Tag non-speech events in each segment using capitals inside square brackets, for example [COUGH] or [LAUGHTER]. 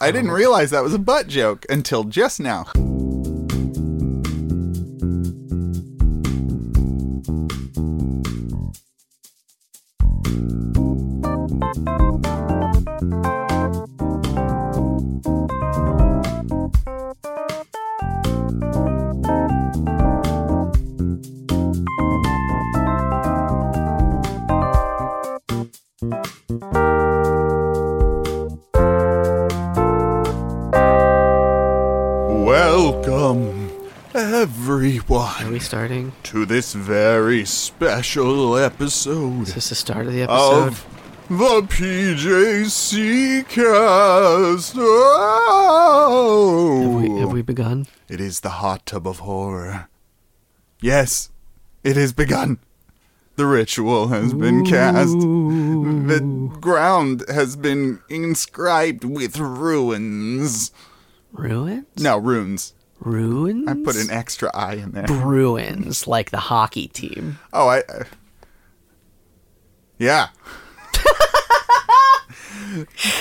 I didn't realize that was a butt joke until just now. Welcome, Are everyone, we starting? to this very special Is episode this the start of the episode? of the PJC Cast. Oh! have, we, have we begun? It is the hot tub of horror. Yes, it has begun. The ritual has been cast. The ground has been inscribed with ruins. Ruins? No, runes. Ruins? I put an extra I in there. Bruins, like the hockey team. Oh, I. I [LAUGHS] yeah.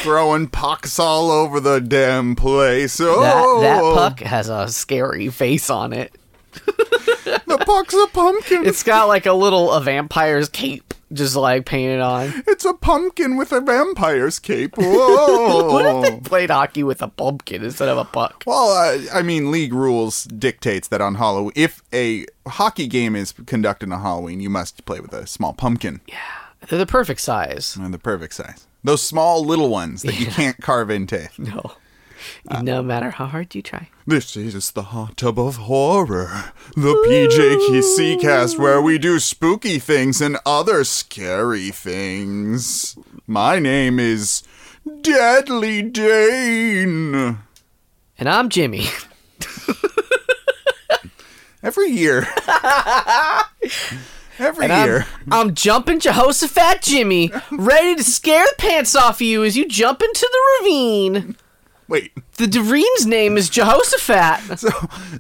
Throwing pucks all over the damn place. Oh, That, that puck has a scary face on it. the puck's a pumpkin. It's got like a little a vampire's cape just like painted on. It's a pumpkin with a vampire's [LAUGHS] cape. Whoa. What if they played hockey with a pumpkin instead of a puck? Well, uh, I mean, league rules dictates that on Halloween, if a hockey game is conducted on Halloween, you must play with a small pumpkin. Yeah. They're the perfect size. the perfect size. Those small little ones that you can't carve into. No. no matter how hard you try. This is the hot tub of horror, the PJC cast where we do spooky things and other scary things. My name is Deadly Dane. And I'm Jimmy. Every year. [LAUGHS] Every And I'm- year. I'm, jumping Jehoshaphat Jimmy, ready to scare the pants off of you as you jump into the ravine. Wait. The Doreen's name is Jehoshaphat. So,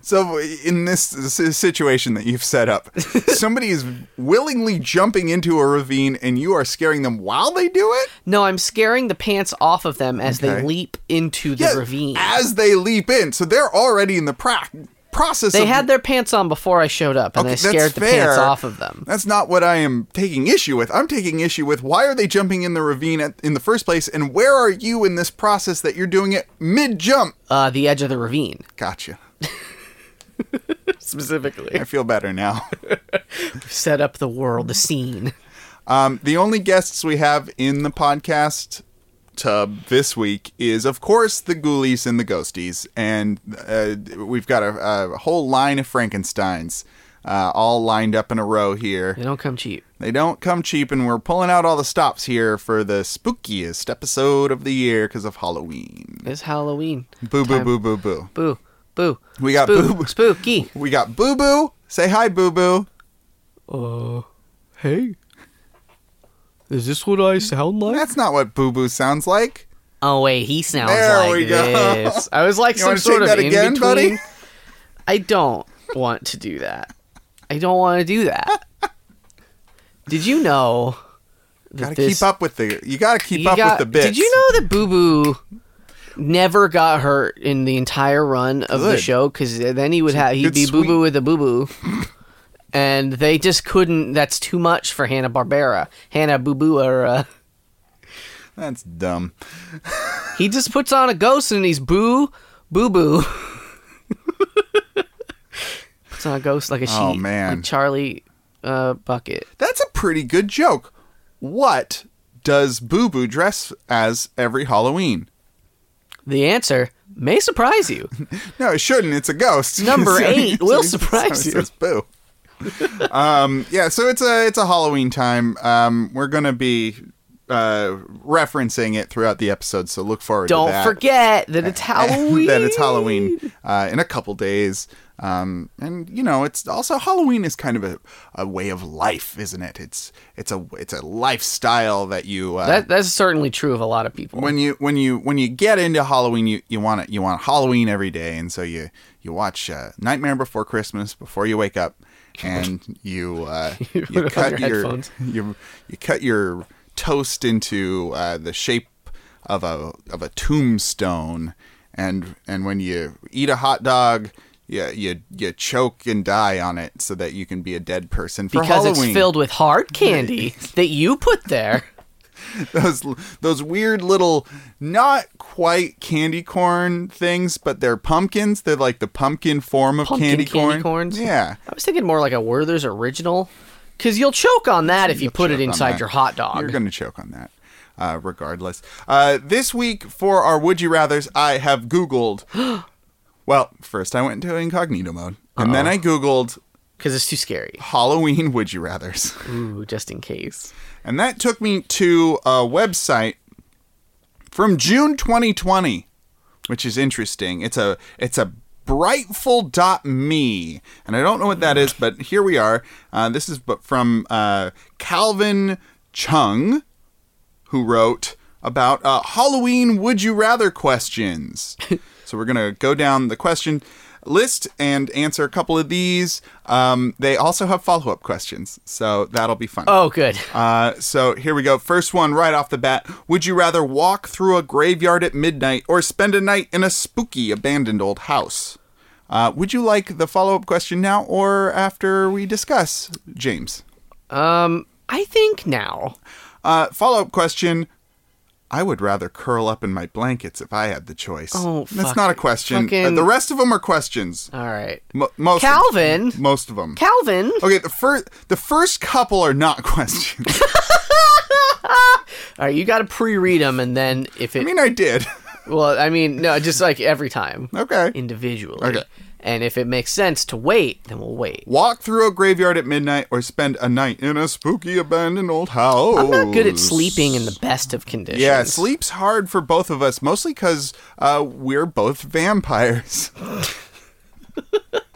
so in this s- situation that you've set [LAUGHS] up, somebody is willingly jumping into a ravine, and you are scaring them while they do it. No, I'm scaring the pants off of them as Okay. they leap into the Yeah, ravine. as they leap in. So they're already in the pra- process. They of, had their pants on before I showed up, and Okay, I that's scared the fair. pants off of them. That's not what I am taking issue with. I'm taking issue with why are they jumping in the ravine at, in the first place, and where are you in this process that you're doing it mid jump? Uh, the edge of the ravine, Gotcha. specifically. I feel better now. [LAUGHS] Set up the world, the scene. Um, the only guests we have in the podcast tub this week is, of course, the Ghoulies and the Ghosties, and uh, we've got a, a whole line of Frankenstein's uh, all lined up in a row here. They don't come cheap. They don't come cheap, and we're pulling out all the stops here for the spookiest episode of the year because of Halloween. It's Halloween. Boo, boo, Time- boo, boo, boo. Boo, boo. We got Spook- Uh, boo- Spooky. We got Boo Boo. Say hi, Boo Boo. Uh, hey. Is this what I sound like? That's not what Boo Boo sounds like. Oh wait, he sounds There like we go. this. I was like You some wanna sort sing of that in again, between. buddy? I don't want to do that. I don't want to do that. Did you know that Gotta this keep up with the. You gotta keep you up got- with the bits. Did you know that Boo Boo never got hurt in the entire run of the Good. show? Because then he would have he'd good be Boo sweep. Boo with a Boo Boo, and they just couldn't. That's too much for Hanna Barbera. Hanna Boo Boo or uh, That's dumb. he just puts on a ghost and he's Boo Boo Boo. [LAUGHS] puts on a ghost like a sheep. Oh, man. like Charlie uh, Bucket. That's a pretty good joke. What does Boo Boo dress as every Halloween? The answer may [LAUGHS] surprise you. No, it shouldn't. It's a ghost. [LAUGHS] Number So- eight so- will so- surprise so it you. says Boo. um, yeah, so it's a it's a Halloween time. Um, we're gonna be uh, referencing it throughout the episode, so look forward Don't to that. [LAUGHS] forget that it's Halloween. that it's Halloween uh, in a couple days. Um, and you know, it's also Halloween is kind of a, a way of life, isn't it? It's it's a it's a lifestyle that you uh, That that's certainly true of a lot of people. when you when you when you get into Halloween, you you want it you want Halloween every day, and so you you watch uh, Nightmare Before Christmas before you wake [LAUGHS] up, and you uh, you, put on cut [LAUGHS] your your, headphones. you you cut your toast into uh, the shape of a of a tombstone, and and when you eat a hot dog, you you, you choke and die on it so that you can be a dead person for because Halloween. it's filled with hard [LAUGHS] candy that you put there. those those weird little not quite candy corn things, but they're pumpkins. They're like the pumpkin form of Pumpkin candy, candy corn. corns? Yeah. I was thinking more like a Werther's original, because you'll choke on that if you put choke it on inside that. your hot dog. You're going to choke on that, uh, regardless. Uh, this week for our Would You Rathers, I have [GASPS] Googled. well, first I went into incognito mode, and then I Googled Because it's too scary. Halloween Would You Rathers. Ooh, just in case. And that took me to a website from June 2020, which is interesting. It's a it's a brightful.me, and I don't know what that is, but here we are. Uh, this is bu- from uh, Calvin Chung, who wrote about uh, Halloween would you rather questions. so we're gonna go down the question list and answer a couple of these. Um, they also have follow up questions, so that'll be fun. Oh, good. Uh, so here we go. First one right off the bat. Would you rather walk through a graveyard at midnight or spend a night in a spooky abandoned old house? Uh, would you like the follow up question now or after we discuss, James? Um, I think now. Uh, follow up question. I would rather curl up in my blankets if I had the choice. Oh, That's fuck. not a question. Fucking- Uh, the rest of them are questions. All right. Mo- most Calvin? Of, most of them. Calvin. okay, the first the first couple are not [LAUGHS] questions. All right, you got to pre-read them, and then if it I mean, I did. [LAUGHS] well, I mean, no, just like every time okay. individually. Okay. And if it makes sense to wait, then we'll wait. Walk through a graveyard at midnight or spend a night in a spooky abandoned old house. I'm not good at sleeping in the best of conditions. Yeah, sleep's hard for both of us, mostly because uh, we're both vampires. [LAUGHS]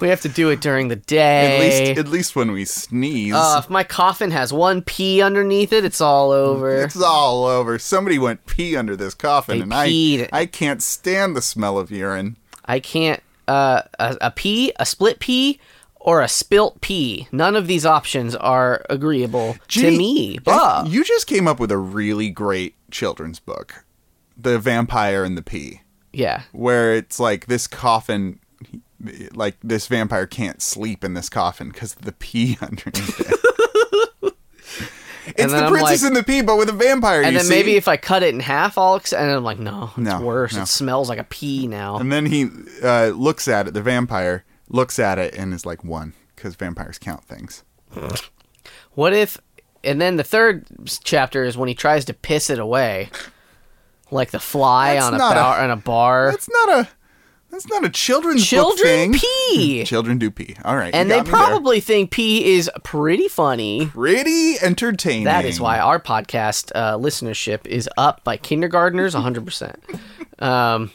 We have to do it during the day. At least, at least when we sneeze, Uh, if my coffin has one pee underneath it, it's all over. Mm, it's all over. Somebody went pee under this coffin, They and peed. I, I can't stand the smell of urine. I can't. Uh, a, a pee, a split pee, or a spilt pee. None of these options are agreeable Gee, to me. I- Bah. you just came up with a really great children's book, "The Vampire and the Pee." yeah. where it's like this coffin like this vampire can't sleep in this coffin because of the pee [LAUGHS] underneath it. And it's then the I'm princess like- and the pea, but with a vampire. And you then see? maybe if I cut it in half, I'll. Ex- and I'm like, no, it's No, worse. no. Um, It smells like a pee now. and then he uh, looks at it. The vampire looks at it and is like one because vampires count things. What if. And then the third s- chapter is when he tries to piss it away. Like the fly That's on a, not a- bar, on a bar. That's not a that's not a children's book Children thing. Hmm. pee! Children do pee. All right, you And they got me there. probably think pee is pretty funny. pretty entertaining. That is why our podcast uh, listenership is up by kindergartners 100%. um,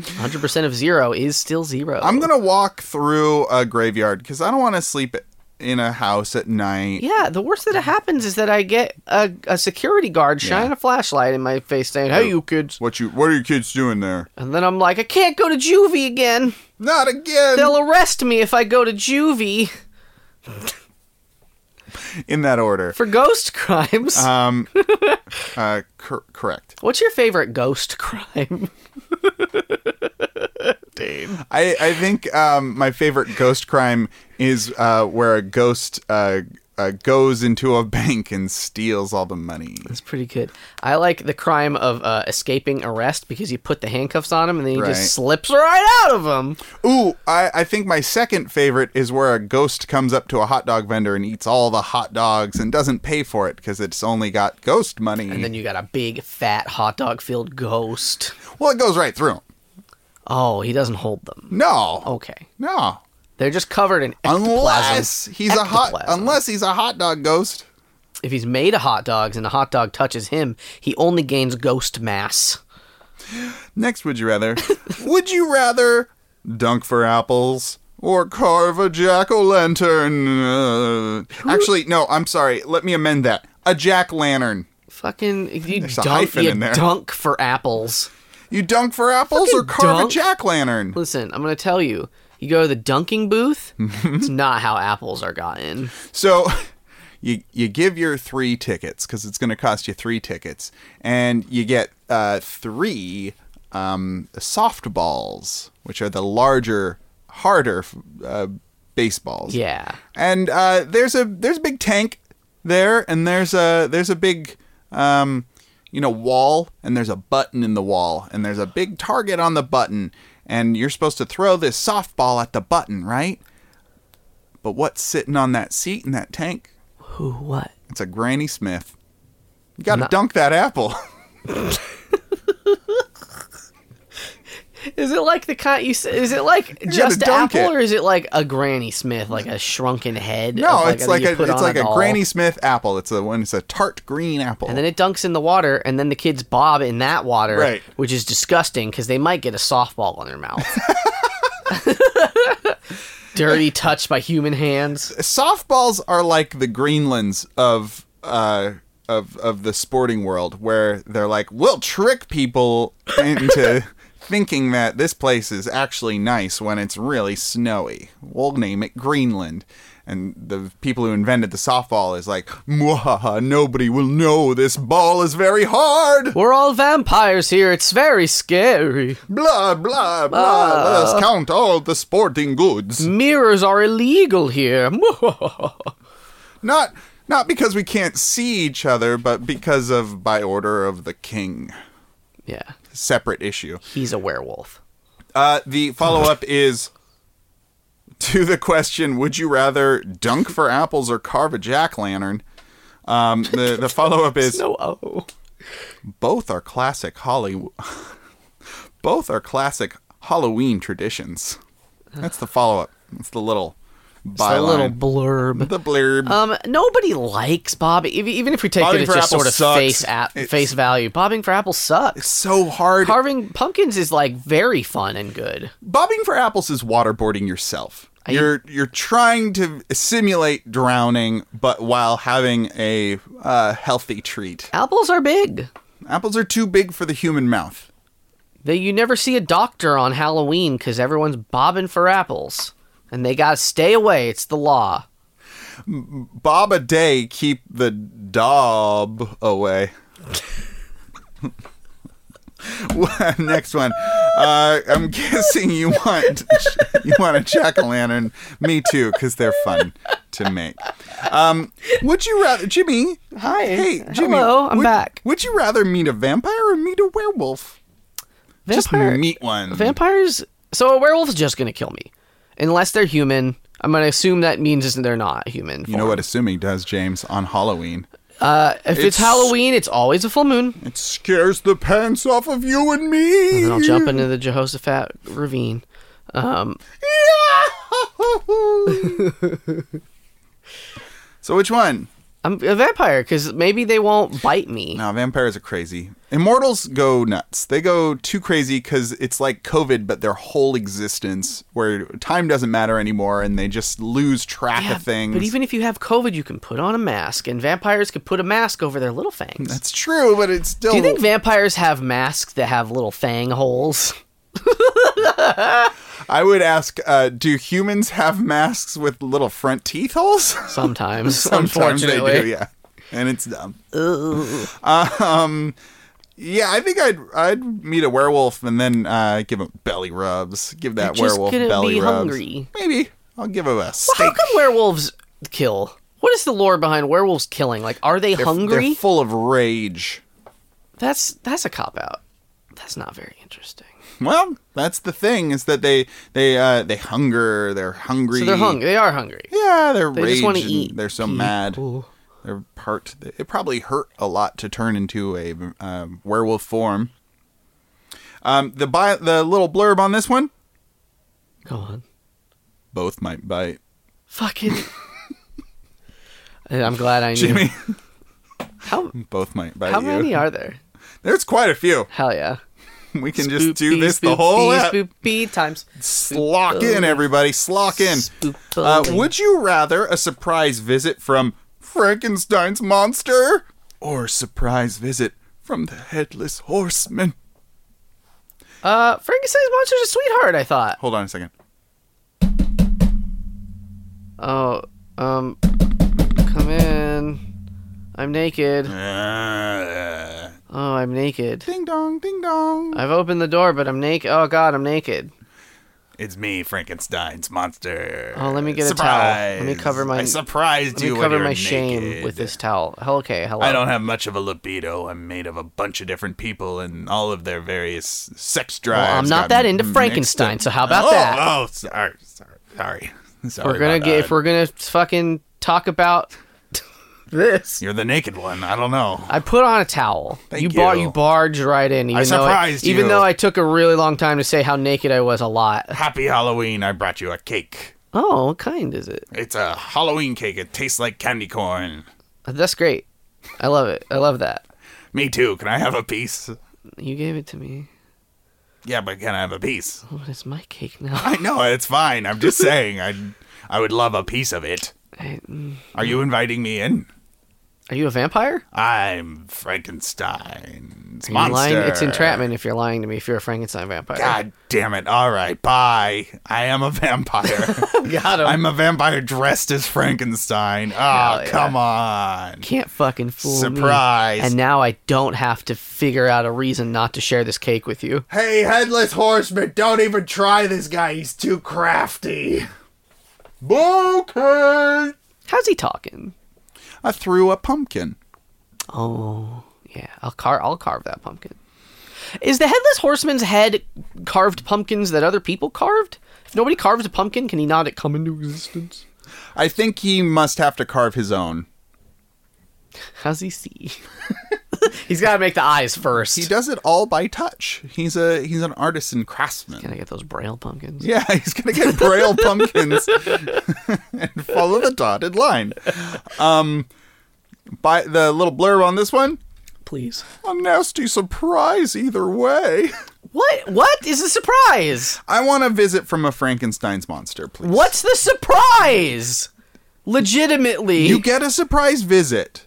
100% of zero is still 0 I'm gonna walk through a graveyard because I don't want to sleep in a house at night. yeah, the worst that happens is that I get a, a security guard shining a flashlight in my face saying, Oh. hey, you kids. What you? What are your kids doing there? And then I'm like, I can't go to juvie again. Not again. They'll arrest me if I go to juvie In that order. for ghost crimes. [LAUGHS] Um, uh, cor- correct. What's your favorite ghost [LAUGHS] crime? Dave. I I think um my favorite ghost crime is uh where a ghost uh, uh goes into a bank and steals all the money. It's pretty good. I like the crime of uh, escaping arrest because you put the handcuffs on him and then he Right. just slips right out of them. Ooh, I I think my second favorite is where a ghost comes up to a hot dog vendor and eats all the hot dogs and doesn't pay for it because it's only got ghost money. And then you got a big, fat, hot dog filled ghost. well, it goes right through. 'em. Oh, he doesn't hold them. No. Okay. No. They're just covered in Oh. ectoplasm. Unless he's a hot Ectoplasm. unless he's a hot dog ghost. If he's made of hot dogs and a hot dog touches him, he only gains ghost mass. Next, would you rather? [LAUGHS] would you rather dunk for apples or carve a jack o' lantern? Uh, actually, no. I'm sorry. Let me amend that. A jack lantern. Fucking you a dunk, hyphen you in there. dunk for apples. You dunk for apples or Fucking carve dunk. a jack lantern? Listen, I'm gonna tell you. [LAUGHS] You go to the dunking booth. it's not how apples are gotten. So, [LAUGHS] you you give your three tickets because it's going to cost you three tickets, and you get uh, three um, softballs, which are the larger, harder uh, baseballs. Yeah. And uh, there's a there's a big tank there, and there's a there's a big um, you know wall, and there's a button in the wall, and there's a big target on the button, and you're supposed to throw this softball at the button, right? But what's sitting on that seat in that tank? Who? What? It's a Granny Smith. You got to No. dunk that apple. [LAUGHS] Is it like the kind you? s- Is it [LAUGHS] like just an dunk apple, it. or is it like a Granny Smith, like a shrunken head? No, of, it's like that a you put it's on like a doll? Granny Smith apple. It's the one. It's a tart green apple. And then it dunks in the water, and then the kids bob in that water, Right. which is disgusting because they might get a softball on their mouth. [LAUGHS] [LAUGHS] Dirty touch by human hands. softballs are like the Greenlands of uh of of the sporting world, where they're like, we'll trick people into thinking that this place is actually nice when it's really snowy. We'll name it Greenland. And the people who invented the softball is like, Mwahaha, nobody will know this ball is very hard. We're all vampires here. It's very scary. Blah, blah, blah. Let us count all the sporting goods. Mirrors are illegal here. [LAUGHS] Not not because we can't see each other, but because of by order of the king. yeah, Separate issue. he's a werewolf. Uh, the follow [LAUGHS] up is to the question: Would you rather dunk for apples or carve a jack lantern? [LAUGHS] Um, the the follow up is No, oh. both are classic Hollywood. [LAUGHS] both are classic Halloween traditions. That's the follow up. That's the little It's a little byline. blurb. The blurb. Um, nobody likes Bob, ev- even if we take Bobbing it for at just apple sort of sucks. face at It's- face value. Bobbing for apples sucks. so hard. Carving pumpkins is like very fun and good. bobbing for apples is waterboarding yourself. you're you're trying to simulate drowning, but while having a uh, healthy treat. Apples are big. Apples are too big for the human mouth. They, you never see a doctor on Halloween because everyone's bobbing for apples, and they gotta stay away. It's the law. Bob a day, keep the daub away. [LAUGHS] Next one. Uh, I'm guessing you want you want a jack o' lantern. Me too, because they're fun to make. Um, would you rather, Jimmy? Hi. Hey, Jimmy. Hello, I'm would- back. Would you rather meet a vampire or meet a werewolf? Vampire- Just meet one. Vampires. So a werewolf's just gonna kill me, unless they're human. I'm gonna assume that means is they're not human. you know what assuming does, James, on Halloween? Uh, if It's- it's, Halloween, it's always a full moon. It scares the pants off of you and me. And I'll jump into the Jehoshaphat ravine. Um, [LAUGHS] so which one? I'm a vampire because maybe they won't bite me. No, vampires are crazy. Immortals go nuts. They go too crazy because it's like COVID, but their whole existence, where time doesn't matter anymore, and they just lose track Yeah, of things. But even if you have COVID, you can put on a mask, and vampires could put a mask over their little fangs. that's true, but it's still. Do you think vampires have masks that have little fang holes? I would ask: uh, Do humans have masks with little front teeth holes? [LAUGHS] Sometimes, Sometimes they unfortunately. do, yeah. And it's dumb. Um, yeah, I think I'd I'd meet a werewolf and then uh, give him belly rubs. Give that You're just werewolf gonna belly be rubs. hungry. Maybe I'll give him a How steak. come werewolves kill? What is the lore behind werewolves killing? Like, are they hungry? They're full of rage. that's that's a cop out. That's not very interesting. Well, that's the thing is that they they uh, they hunger. They're hungry. So they're hungry. They are hungry. Yeah, they're They just rage. wanna and eat They're so mad. people. They're part. It probably hurt a lot to turn into a um, werewolf form. Um, the bi- the little blurb on this one. Go on. Both might bite. Fucking. [LAUGHS] And I'm glad I knew. Jimmy, [LAUGHS] How both might bite how you. many are there? There's quite a few. Hell yeah. We can just do Spoopy, this the spoopy, whole app. spoopy times. Slock Oh. in, everybody. Slock in. Uh, Spoopily. would you rather a surprise visit from Frankenstein's monster or a surprise visit from the headless horseman? Uh, Frankenstein's monster's a sweetheart. I thought. Hold on a second. Oh, um, come in. I'm naked. Uh, Oh, I'm naked. ding dong, ding dong. I've opened the door, but I'm naked. Oh God, I'm naked. It's me, Frankenstein's monster. Oh, let me get a Surprise. towel. Let me cover my- I surprised Let me you when cover you were my shame naked. with this towel. Hell, Okay, hello. I don't have much of a libido. I'm made of a bunch of different people and all of their various sex drives. Well, I'm got not that into mixed Frankenstein, up. so how about oh, that? Oh, sorry, sorry, sorry. Sorry we're gonna about get that. if we're gonna fucking talk about this. You're the naked one. I don't know. I put on a towel. Thank you, bar- you. you barged right in. Even though surprised Even you. though I took a really long time to say how naked I was a lot. Happy Halloween. I brought you a cake. Oh, what kind is it? It's a Halloween cake. It tastes like candy corn. That's great. I love it. I love that. Me too. Can I have a piece? You gave it to me. Yeah, but can I have a piece? Oh, but it's my cake now. I know it's fine. I'm [LAUGHS] just saying. I I would love a piece of it. I- mm. Are you inviting me in? Are you a vampire? I'm Frankenstein's Are you monster. lying? It's entrapment if you're lying to me. If you're a Frankenstein vampire. God damn it. All right. Bye. I am a [LAUGHS] vampire. got him. I'm a vampire dressed as Frankenstein. Oh, Hell yeah. come on. can't fucking fool me. Surprise. And now I don't have to figure out a reason not to share this cake with you. Hey, headless horseman, don't even try this guy. He's too crafty. Okay. How's he talking? I threw a pumpkin. Oh, yeah. I'll car I'll carve that pumpkin. Is the headless horseman's head carved pumpkins that other people carved? If nobody carves a pumpkin, can he not it come into existence? I think he must have to carve his own. How's he see? [LAUGHS] He's got to make the eyes first. He does it all by touch. He's a he's an artisan craftsman. Can I get those braille pumpkins? Yeah, [LAUGHS] he's gonna get [LAUGHS] braille pumpkins and follow the dotted line. Um, by the little blurb on this one, Please. a nasty surprise either way. What? What is the surprise? I want a visit from a Frankenstein's monster, please. What's the surprise? Legitimately. You get a surprise visit.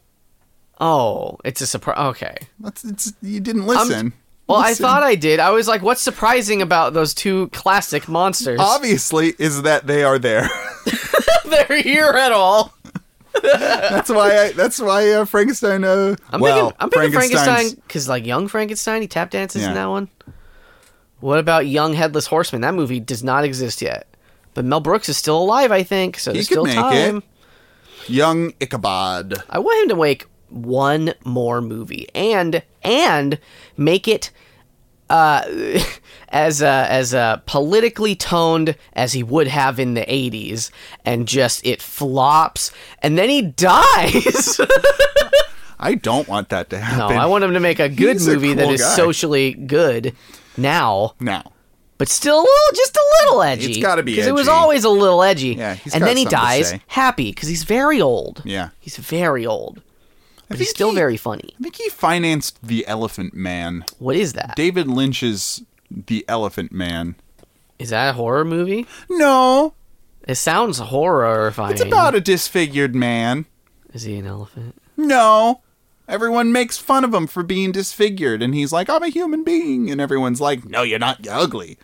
oh, it's a surprise. Okay. That's it's, you didn't listen. Well, I Listen. thought I did. I was like, what's surprising about those two classic monsters? obviously is that they are there. [LAUGHS] They're here at all. that's why. I, that's why uh, Frankenstein. Uh, I'm well, thinking, I'm thinking Frankenstein's- Frankenstein because like young Frankenstein, he tap dances Yeah. in that one. What about Young Headless Horseman? That movie does not exist yet, but Mel Brooks is still alive, I think. So He there's could still make time. it. Young Ichabod. I want him to make one more movie and and make it uh, [LAUGHS] as uh, as uh, politically toned as he would have in the '80s, and just it flops, and then he [LAUGHS] dies. I don't want that to no, happen. I want him to make a good He's a movie that cool is guy. socially good now, now. but still a little, just a little edgy. It's gotta be because it was edgy. always a little edgy. Yeah, he's and got then he something to dies say. happy because he's very old. Yeah. he's very old, but think he's still he- very funny. I think he financed The Elephant Man. What is that? Is David Lynch's The Elephant Man. that a horror movie? No, It sounds horrorifying. it's about a disfigured man. Is he an elephant? No. Everyone makes fun of him for being disfigured, and he's like, I'm a human being. And everyone's like, No, you're not. You're ugly.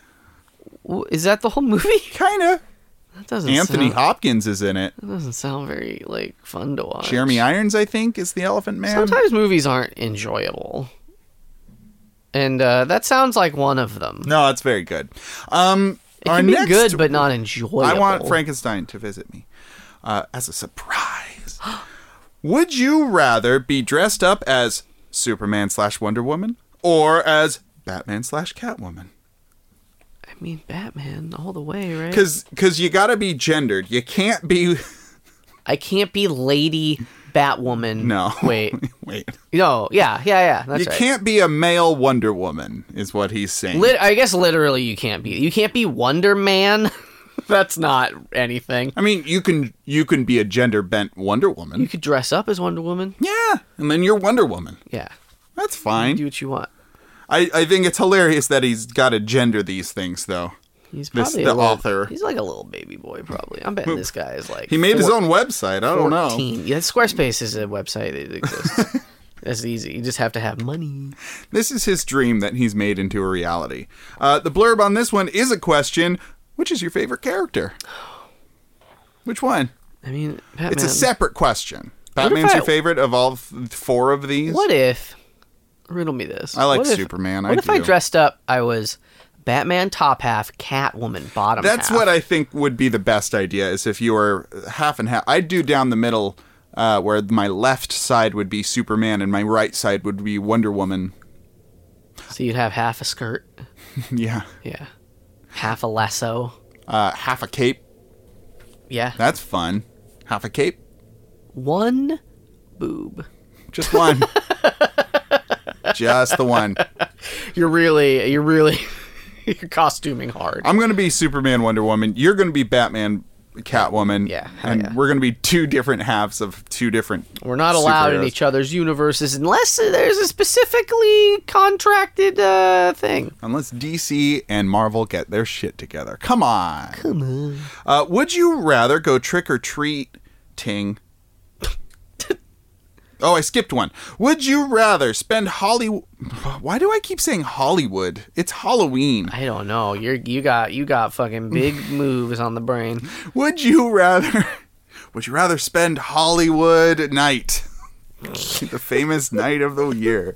W- Is that the whole [LAUGHS] movie? Kinda. That doesn't Anthony sound, Hopkins is in it. that doesn't sound very like fun to watch. Jeremy Irons, I think, is the Elephant Man. Sometimes movies aren't enjoyable, and uh, that sounds like one of them. No, it's very good. Um, It our can be next- good, but not enjoyable. I want Frankenstein to visit me uh, as a surprise. [GASPS] Would you rather be dressed up as Superman slash Wonder Woman or as Batman slash Catwoman? I mean, Batman all the way, right? Because because you gotta be gendered. You can't be [LAUGHS] I can't be Lady Batwoman. no. [LAUGHS] wait, wait. no, yeah, yeah, yeah. That's You right. can't be a male Wonder Woman, is what he's saying. Lit- I guess literally you can't be. You can't be Wonder Man. [LAUGHS] That's not anything. I mean, you can you can be a gender bent Wonder You Woman. could dress up as Wonder Woman. Yeah, and then you're Wonder Woman. Yeah, That's fine. do what you want. I, I think it's hilarious that he's got to gender these things, though. He's This- probably the a little- author. He's like a little baby boy, probably. I'm betting this guy is like He made his four- own website. I don't know. 14. Yeah, Squarespace is a website that [LAUGHS] exists. That's easy. You just have to have money. This is his dream that he's made into a reality. Uh, the blurb on this one is a question: Which is your favorite character? Which one? I mean, Batman. It's a separate question. What if Batman's your I- favorite of all th- four of these? What if? Riddle me this. I like What if- Superman. I What if I do. dressed up? I was Batman top half, Catwoman bottom. That's half. what I think would be the best idea is if you were half and half. I'd do down the middle uh, where my left side would be Superman and my right side would be Wonder Woman. [LAUGHS] So you'd have half a skirt, yeah. yeah, half a lasso, Uh, half a cape. yeah, That's fun. Half a cape. one boob. Just [LAUGHS] one. Just the one. You're really, you're really, [LAUGHS] you're costuming hard. I'm going to be Superman, Wonder Woman. You're going to be Batman, Catwoman. Yeah, hell And yeah. we're going to be two different halves of two different. We're not allowed in superheroes. each other's universes unless there's a specifically contracted uh, thing. Unless DC and Marvel get their shit together. Come on. Come on. Uh, would you rather go trick or treat, Ting? oh, I skipped one. Would you rather spend Hollywood. Why do I keep saying Hollywood? It's Halloween. I don't know. You're you got you got fucking big [LAUGHS] moves on the brain. Would you rather? [LAUGHS] Would you rather spend Hollywood night, [LAUGHS] the famous night of the year?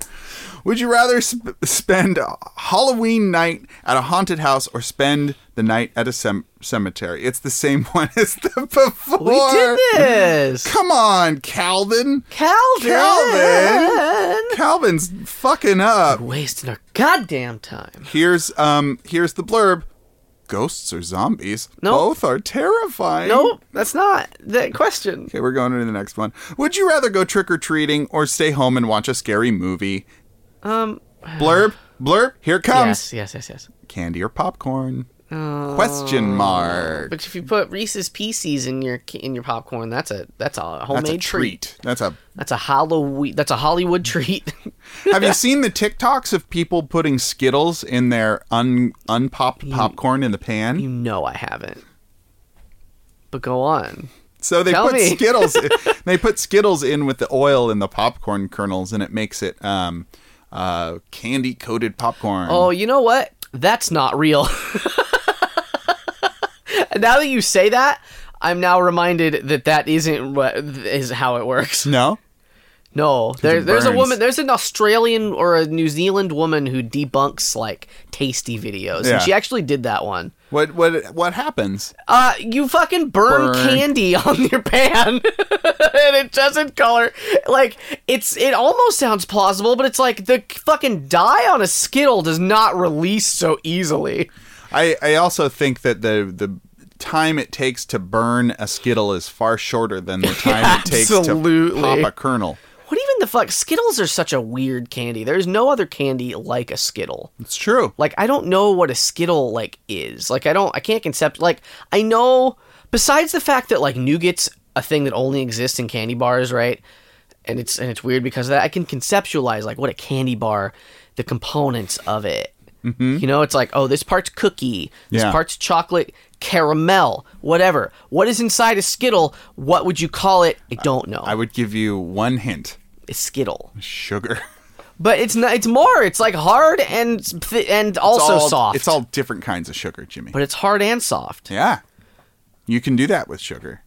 Would you rather sp- spend Halloween night at a haunted house or spend the night at a cem- cemetery? It's the same [LAUGHS] one as the before. We did this, Come on, Calvin. Calvin. Calvin. Calvin's fucking up. Wasting our goddamn time. Here's um. Here's the blurb. Ghosts or zombies? Nope. Both are terrifying. No, that's not the question. Okay, we're going into the next one. Would you rather go trick or treating or stay home and watch a scary movie? Um. Blurb, blurb, here it comes. Yes, Oh. yes, yes, yes. Candy or popcorn? Question mark. But if you put Reese's Pieces in your in your popcorn, that's a that's a homemade That's a treat. treat. That's a. That's a Halloween. That's a Hollywood treat. [LAUGHS] Have you seen the TikToks of people putting Skittles in their un unpopped popcorn in the pan? you know I haven't. But go on. So they Tell put me. [LAUGHS] Skittles. they put Skittles in with the oil and the popcorn kernels, and it makes it um, uh, candy coated popcorn. Oh, you know what? That's not real. [LAUGHS] now that you say that, I'm now reminded that that isn't what is how it works. no. No, there, it there's a burns. woman. There's an Australian or a New Zealand woman who debunks like tasty videos, Yeah. and she actually did that one. What what what happens? Uh, you fucking burn, Burn. candy [LAUGHS] on your pan, [LAUGHS] and it doesn't color. Like it's, it almost sounds plausible, but it's like the fucking dye on a skittle does not release so easily. I, I also think that the the time it takes to burn a skittle is far shorter than [LAUGHS] the time it takes to Absolutely. pop a kernel. What even the fuck? Skittles are such a weird candy. There's no other candy like a Skittle. It's true. Like I don't know what a Skittle like is. Like I don't I can't concept like I know besides the fact that like nougat's a thing that only exists in candy bars, right? And it's and it's weird because of that I can conceptualize like what a candy bar, the components of it. You know, it's like, oh, this part's cookie, this Mm-hmm. Yeah. part's chocolate, caramel, whatever. What is inside a Skittle? What would you call it? I don't know. I would give you one hint: a Skittle. sugar. [LAUGHS] But it's not. It's more. It's like hard and th- and also it's all, soft. It's all different kinds of sugar, Jimmy. But it's hard and soft. yeah, you can do that with sugar.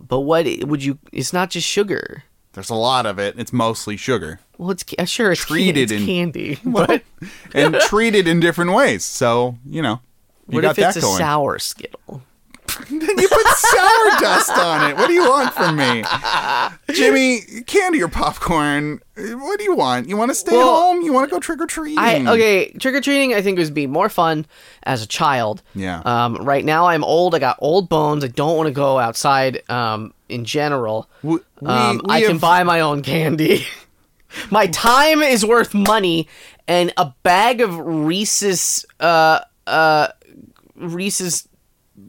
But what i- would you? It's not just sugar. There's a lot of it. It's mostly sugar, Well, it's ca- sure it's, Treated treated it's in- [LAUGHS] candy. But [LAUGHS] and treated in different ways. So you know, you what got if it's that a going. sour skittle? Then [LAUGHS] you put sour dust on it. What do you want from me? Jimmy, candy or popcorn? What do you want? You want to stay Well, home? You want to go trick or treating? I okay. Trick or treating, I think would be more fun as a child. Yeah. Um. Right now, I'm old. I got old bones. I don't want to go outside. Um. In general. We, we- um, we I can have- buy my own candy. [LAUGHS] my time is worth money, and a bag of Reese's uh uh Reese's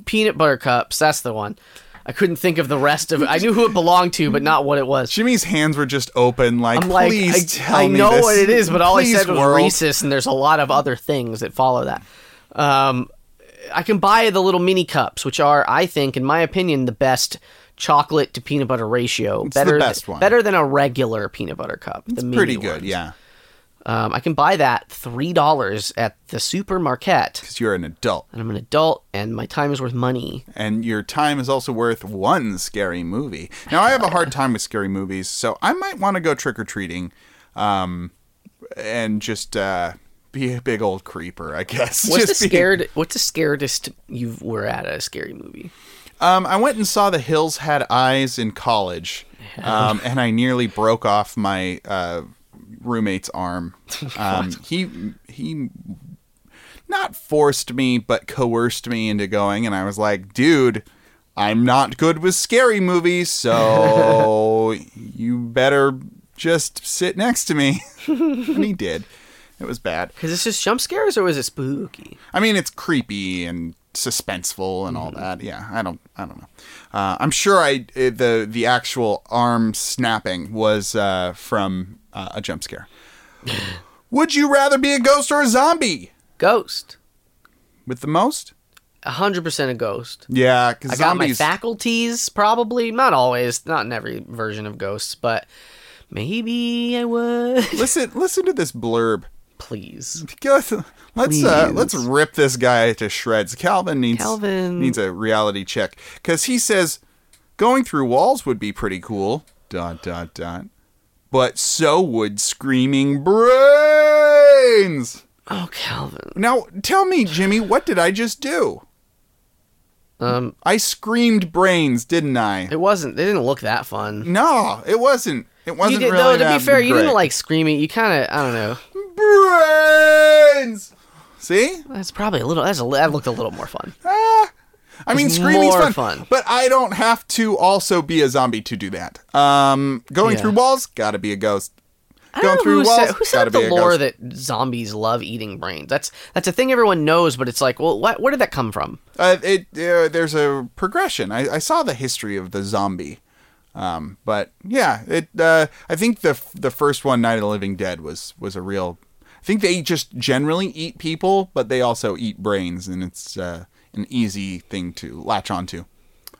peanut butter cups. That's the one. I couldn't think of the rest of it. I knew who it belonged to, but not what it was. Jimmy's hands were just open. Like, I'm like, please I, tell I me know this. what it is, but all Please, I said was world. Reese's, and there's a lot of other things that follow that. Um, I can buy the little mini cups, which are, I think, in my opinion, the best chocolate to peanut butter ratio. the better, best th- one. better than a regular peanut butter cup. the mini Pretty good, ones. yeah. Um, I can buy that three dollars at the super market, because you're an adult and I'm an adult, and my time is [LAUGHS] worth money. and your time is also worth one scary movie. Now, I have a hard time with scary movies, so I might want to go trick or treating, um, and just uh, be a big old creeper, I guess. [LAUGHS] What's just the be- scared? What's the scaredest you were at at a scary movie? Um, I went and saw The Hills Had Eyes in college, um, and I nearly broke off my uh, roommate's arm. Um, he he, not forced me, but coerced me into going, and I was like, dude. I'm not good with scary movies, so you better just sit next to me. and he did. It was bad. Because it's just jump scares, or was it spooky? I mean, it's creepy and suspenseful and Mm-hmm. all that. Yeah, I don't, I don't know. Uh, I'm sure I uh, the the actual arm snapping was uh, from uh, a jump [LAUGHS] scare. Would you rather be a ghost or a zombie? Ghost, With the most? hundred percent a ghost. Yeah, because I got my zombies. faculties probably not always, not in every version of ghosts, but maybe I would. [LAUGHS] listen, listen to this blurb. Please, Let's uh, Please. let's rip this guy to shreds. Calvin needs Calvin. needs a reality check because he says going through walls would be pretty cool. Dot dot dot. But so would screaming brains. oh Calvin. Now tell me, Jimmy, what did I just do? Um, I screamed brains, didn't I? it wasn't. They didn't look that fun. No, it wasn't. It You wasn't did, really. though, to that be fair, you great. didn't like screaming. You kind of, I don't know. brains. See? That's probably a little. That's a, li- that looked a little more fun. Ah. I mean, It's screaming's more fun, fun. but I don't have to also be a zombie to do that. Um, going Yeah. through walls, gotta be a ghost. I Going don't know through who walls, said, who said gotta up the be a lore ghost. that zombies love eating brains. That's that's a thing everyone knows, but it's like, well, what, where did that come from? Uh, it uh, there's a progression. I, I saw the history of the zombie, um, but yeah, it. Uh, I think the f- the first one, Night of the Living Dead, was was a real. I think they just generally eat people, but they also eat brains, and it's uh, an easy thing to latch onto.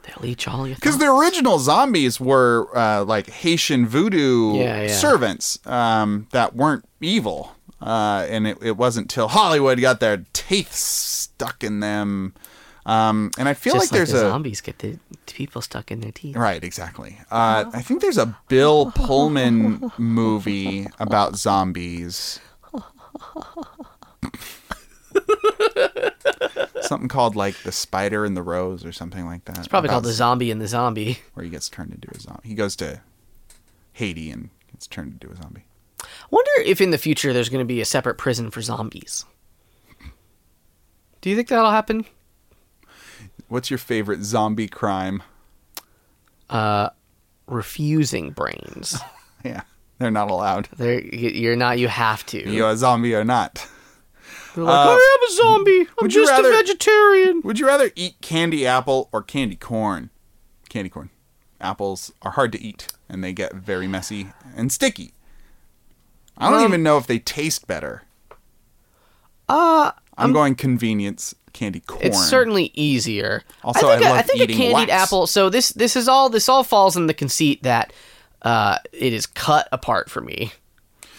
They'll eat all your. Because thoughts. the original zombies were uh, like Haitian voodoo Yeah, yeah. servants um, that weren't evil. Uh, and it, it wasn't till Hollywood got their teeth stuck in them. Um, and I feel Just like there's the a. zombies get the people stuck in their teeth. Right, exactly. Uh, I think there's a [LAUGHS] Bill Pullman movie about [LAUGHS] zombies. something called like The Spider and the Rose or something like that. It's Probably called the zombie and the zombie. [LAUGHS] where he gets turned into a zombie. He goes to Haiti and gets turned into a zombie. Wonder if in the future there's going to be a separate prison for zombies. Do you think that'll happen? What's your favorite zombie crime? [LAUGHS] Refusing [LAUGHS] brains. Yeah, they're not allowed. They're, you're not. You have to. You a zombie or not? [LAUGHS] They're like, I am a zombie. I'm Uh, would you just rather- a vegetarian. Would you rather eat candy apple or candy corn? Candy corn. Apples are hard to eat and they get very messy and sticky. I don't Um, even know if they taste better. Uh, I'm going convenience candy corn. It's certainly easier. Also, I think, I a- love think eating a candied wax. apple. So this this is all this all falls in the conceit that uh, it is cut apart for me,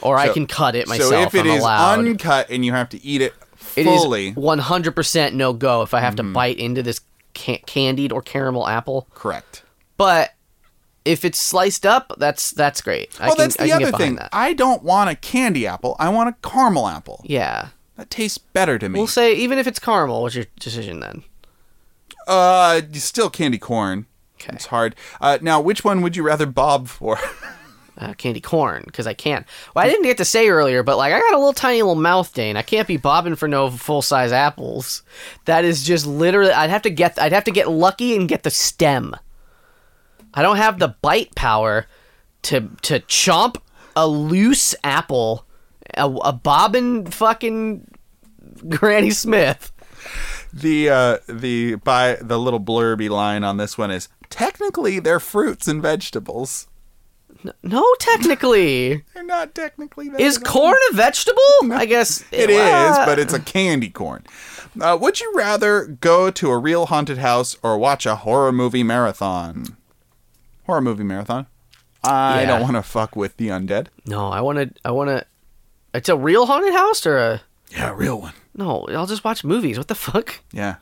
or I So- can cut it myself. So if it I'm is allowed. uncut and you have to eat it it is fully, Mm-hmm. 100% no go if I have to bite into this ca- candied or caramel apple. correct. But if it's sliced up, that's that's great. I Well, can, that's I the can get other behind thing. That. I don't want a candy apple. I want a caramel apple. Yeah, That tastes better to me. we'll say even if it's caramel, what's your decision then? uh, still candy corn. Okay. It's hard. Uh, now, which one would you rather bob for? [LAUGHS] uh, candy corn because I can. Well, I didn't get to say earlier, but like I got a little tiny little mouth, Dane. I can't be bobbing for no full size apples. That is just literally. I'd have to get. I'd have to get lucky and get the stem. I don't have the bite power to to chomp a loose apple, a, a bobbin fucking Granny Smith. the uh, the by the little blurby line on this one is technically they're fruits and vegetables. No, technically, They're not technically. is vegetables. corn a vegetable? I guess It is, well, but it's a candy corn. Uh, would you rather go to a real haunted house or watch a horror movie marathon? Horror movie marathon. I Yeah. don't want to fuck with the undead. No, I want to. I want to. It's a real haunted house or a Yeah, a real one. no? I'll just watch movies. What the fuck? Yeah.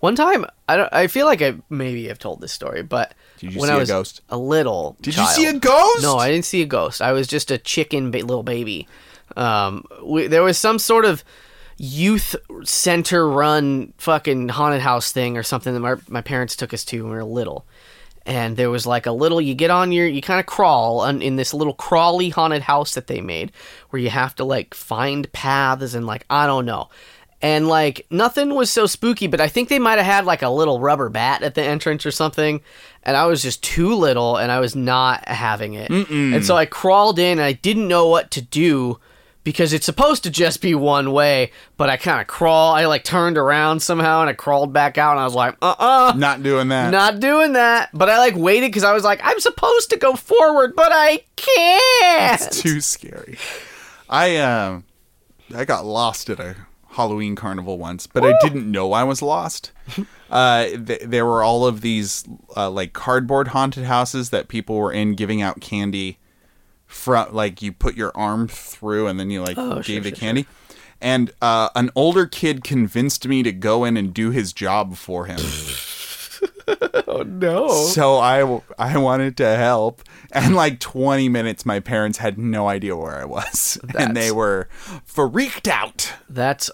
One time, I don't, I feel like I maybe have told this story, but Did you when see I a was ghost? a little, Did child- you see a ghost? No, I didn't see a ghost. I was just a chicken ba- little baby. Um, we, there was some sort of youth center run fucking haunted house thing or something that my, my parents took us to when we were little. And there was like a little, you get on your, you kind of crawl on, in this little crawly haunted house that they made where you have to like find paths and like, I don't know. And like nothing was so spooky, but I think they might have had like a little rubber bat at the entrance or something. And I was just too little and I was not having it. And so I crawled in and I didn't know what to do because it's supposed to just be one way, but I kind of crawl. I like turned around somehow and I crawled back out and I was like, uh uh Not doing that. not doing that. But I like waited because I was like, I'm supposed to go forward, but I can't. It's too scary. I um I got lost at a Halloween carnival once, but I didn't know I was [LAUGHS] lost. Uh, th- there were all of these uh, like cardboard haunted houses that people were in giving out candy from like you put your arm through and then you like Oh, gave sure, the sure, candy. And uh, an older kid convinced me to go in and do his job for him. [LAUGHS] Oh, no. So I, I wanted to help. And like 20 minutes, my parents had no idea where I was. [LAUGHS] and they were freaked out. That's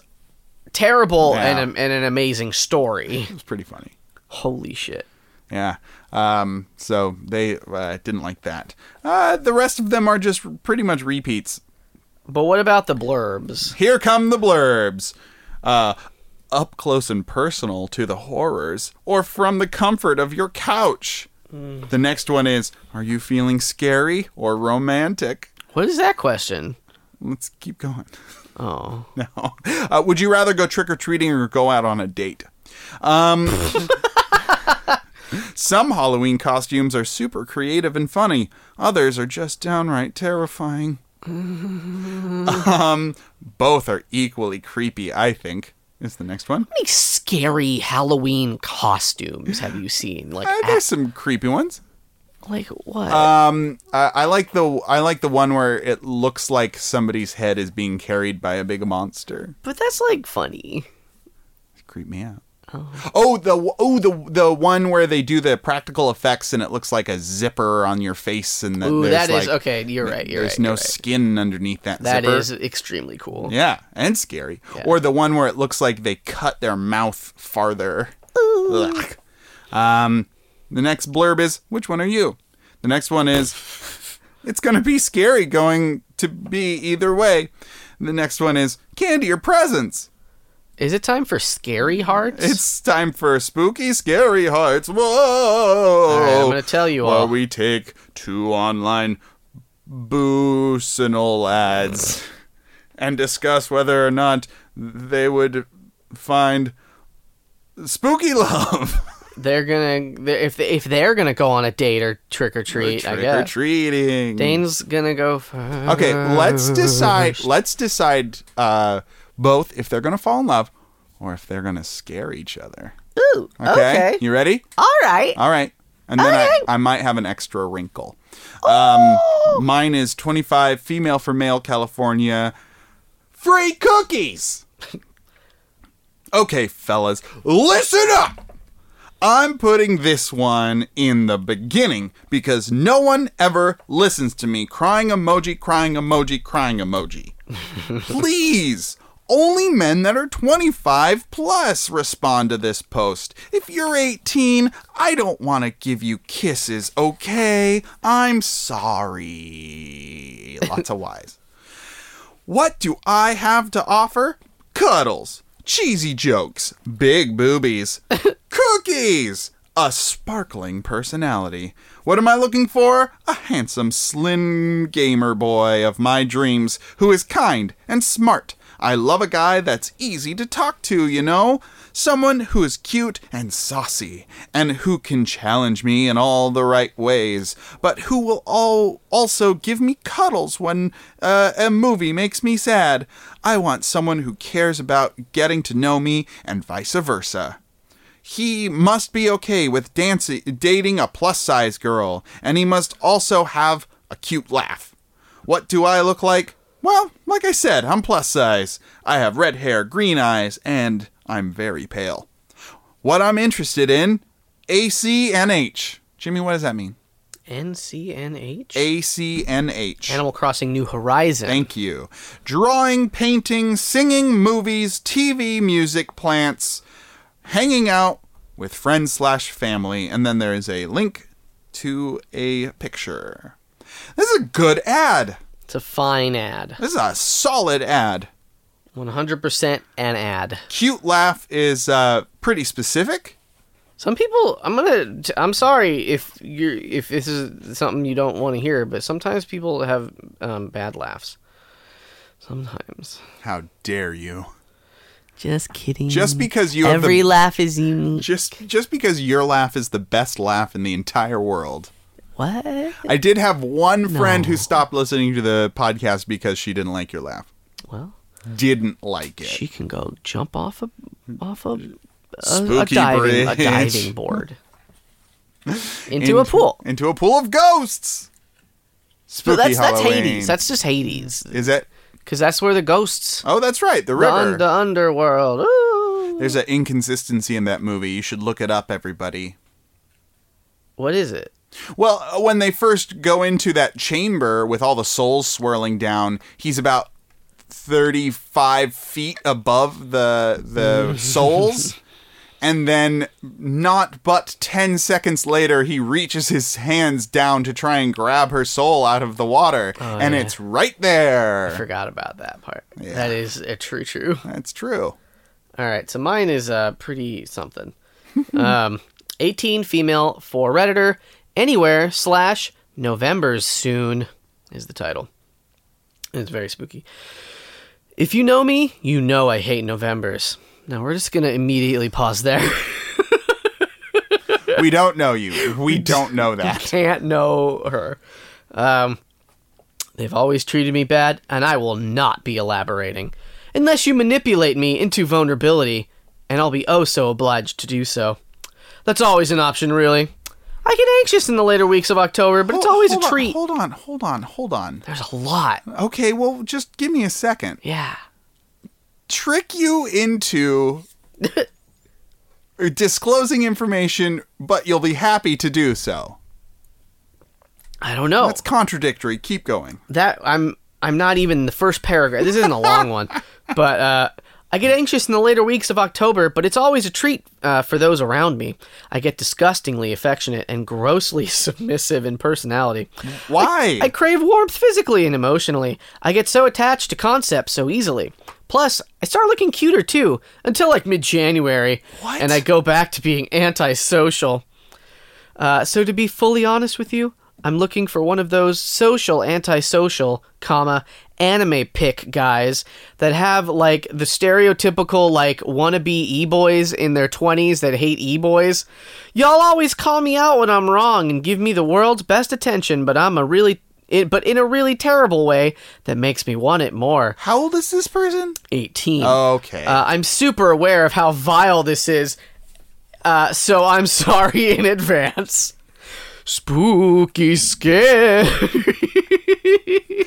terrible Yeah. and, a, and an amazing story. It was pretty funny. Holy shit. Yeah. Um, so they uh, didn't like that. Uh, the rest of them are just pretty much repeats. But what about the blurbs? Here come the blurbs. Uh, up close and personal to the horrors, or from the comfort of your couch. The next one is Are you feeling scary or romantic? What is that question? Let's keep going. Oh. [LAUGHS] No. Uh, would you rather go trick or treating or go out on a date? Um, some Halloween costumes are super creative and funny, others are just downright terrifying. um, both are equally creepy, I think. Is the next one? How many scary Halloween costumes have you seen? Like, Uh, there's some creepy ones. a- like what? Um, I, I like the I like the one where it looks like somebody's head is being carried by a big monster. but that's like funny. creep me out. Oh. oh, the oh the the one where they do the practical effects and it looks like a zipper on your face and the, Ooh, there's that is like, okay. You're right. You're there's right. no you're right. skin underneath that. That zipper. is extremely cool. yeah, and scary. Yeah. Or the one where it looks like they cut their mouth farther. Ugh. Um, the next blurb is which one are you? The next one is it's gonna be scary going to be either way. The next one is candy or presents. Is it time for scary hearts? It's time for spooky, scary hearts. Whoa! right, I'm gonna tell you While all. we take two online boosinal ads and discuss whether or not they would find spooky love. they're gonna they're, if if they're gonna go on a date or trick or treat. I Trick or guess treating. Dane's gonna go. For... okay, let's decide. Let's decide uh, both if they're gonna fall in love or if they're gonna scare each other. Ooh, Okay, you ready? all right. All right. And then I, I might have an extra wrinkle. Um, mine is 25, female for male, California. Free cookies! [LAUGHS] okay, fellas, listen up! I'm putting this one in the beginning because no one ever listens to me. Crying emoji, crying emoji, crying emoji. Please, only men that are 25 plus respond to this post. If you're 18, I don't want to give you kisses, okay? I'm sorry. Lots of whys. What do I have to offer? Cuddles, cheesy jokes, big boobies, cookies, a sparkling personality. What am I looking for? A handsome, slim gamer boy of my dreams who is kind and smart. I love a guy that's easy to talk to, you know? Someone who is cute and saucy, and who can challenge me in all the right ways, but who will all also give me cuddles when uh, a movie makes me sad. I want someone who cares about getting to know me and vice versa. He must be okay with dancing, dating a plus size girl, and he must also have a cute laugh. What do I look like? Well, like I said, I'm plus size. I have red hair, green eyes, and I'm very pale. What I'm interested in ACNH. Jimmy, what does that mean? NCNH? ACNH. Animal Crossing New Horizon. Thank you. Drawing, painting, singing, movies, TV, music, plants, hanging out with friends slash family, and then there is a link to a picture. This is a good ad. it's a fine ad. This is a solid ad. 100% an ad. Cute laugh is uh, pretty specific. Some people, I'm gonna. t- I'm sorry if you're if this is something you don't want to hear, but sometimes people have um, bad laughs. Sometimes. How dare you? Just kidding. Just because you have the- every laugh is unique. Just just because your laugh is the best laugh in the entire world. What? I did have one friend who stopped listening to the podcast because she didn't like your laugh. Well, Didn't like it. she can go jump off a off a a, a Spooky diving a bridge. [LAUGHS] diving board into a pool. Into a pool of ghosts. Spooky So that's that's Halloween. Hades. That's just Hades, is it? because that's where the ghosts, Oh, that's right. The the, river. un- the underworld. Ooh. There's an inconsistency in that movie. You should look it up, everybody. What is it? Well, uh, when they first go into that chamber with all the souls swirling down, he's about 35 feet above the [LAUGHS] the souls. And then, not but 10 seconds later, he reaches his hands down to try and grab her soul out of the water. and Oh, yeah. it's right there. Forgot about that part. That is a true true. [LAUGHS] That's true. All right, so mine is uh, pretty something. um, 18 female for redditor anywhere slash November's soon is the title. It's very spooky. If you know me, you know I hate November's. Now we're just gonna immediately pause there. [LAUGHS] We don't know you. [LAUGHS] We don't know that. Can't know her. Um, they've always treated me bad, and I will not be elaborating unless you manipulate me into vulnerability, and I'll be oh so obliged to do so. That's always an option, really. I get anxious in the later weeks of October, but it's Hold- always a hold on, treat. hold on, hold on, hold on. There's a lot. Okay, well, just give me a second. Yeah. Trick you [LAUGHS] into disclosing information, but you'll be happy to do so. I don't know. That's contradictory. Keep going. that I'm I'm not even the first paragraph. This isn't a long one, but uh, I get anxious in the later weeks of October, but it's always a treat uh, for those around me. I get disgustingly affectionate and grossly [LAUGHS] submissive in personality. Why? I crave warmth physically and emotionally. I get so attached to concepts so easily. Plus, I start looking cuter too until like mid January. What? And I go back to being antisocial. Uh, so, to be fully honest with you, I'm looking for one of those social antisocial, comma, anime pick guys that have like the stereotypical like wannabe e-boys in their 20s that hate e-boys. Y'all always call me out when I'm wrong and give me the world's best attention, but I'm a really it, but in a really terrible way that makes me want it more. How old is this person? 18. Oh, Okay. Uh, I'm super aware of how vile this is, uh, so I'm [LAUGHS] sorry in advance. Spooky scary.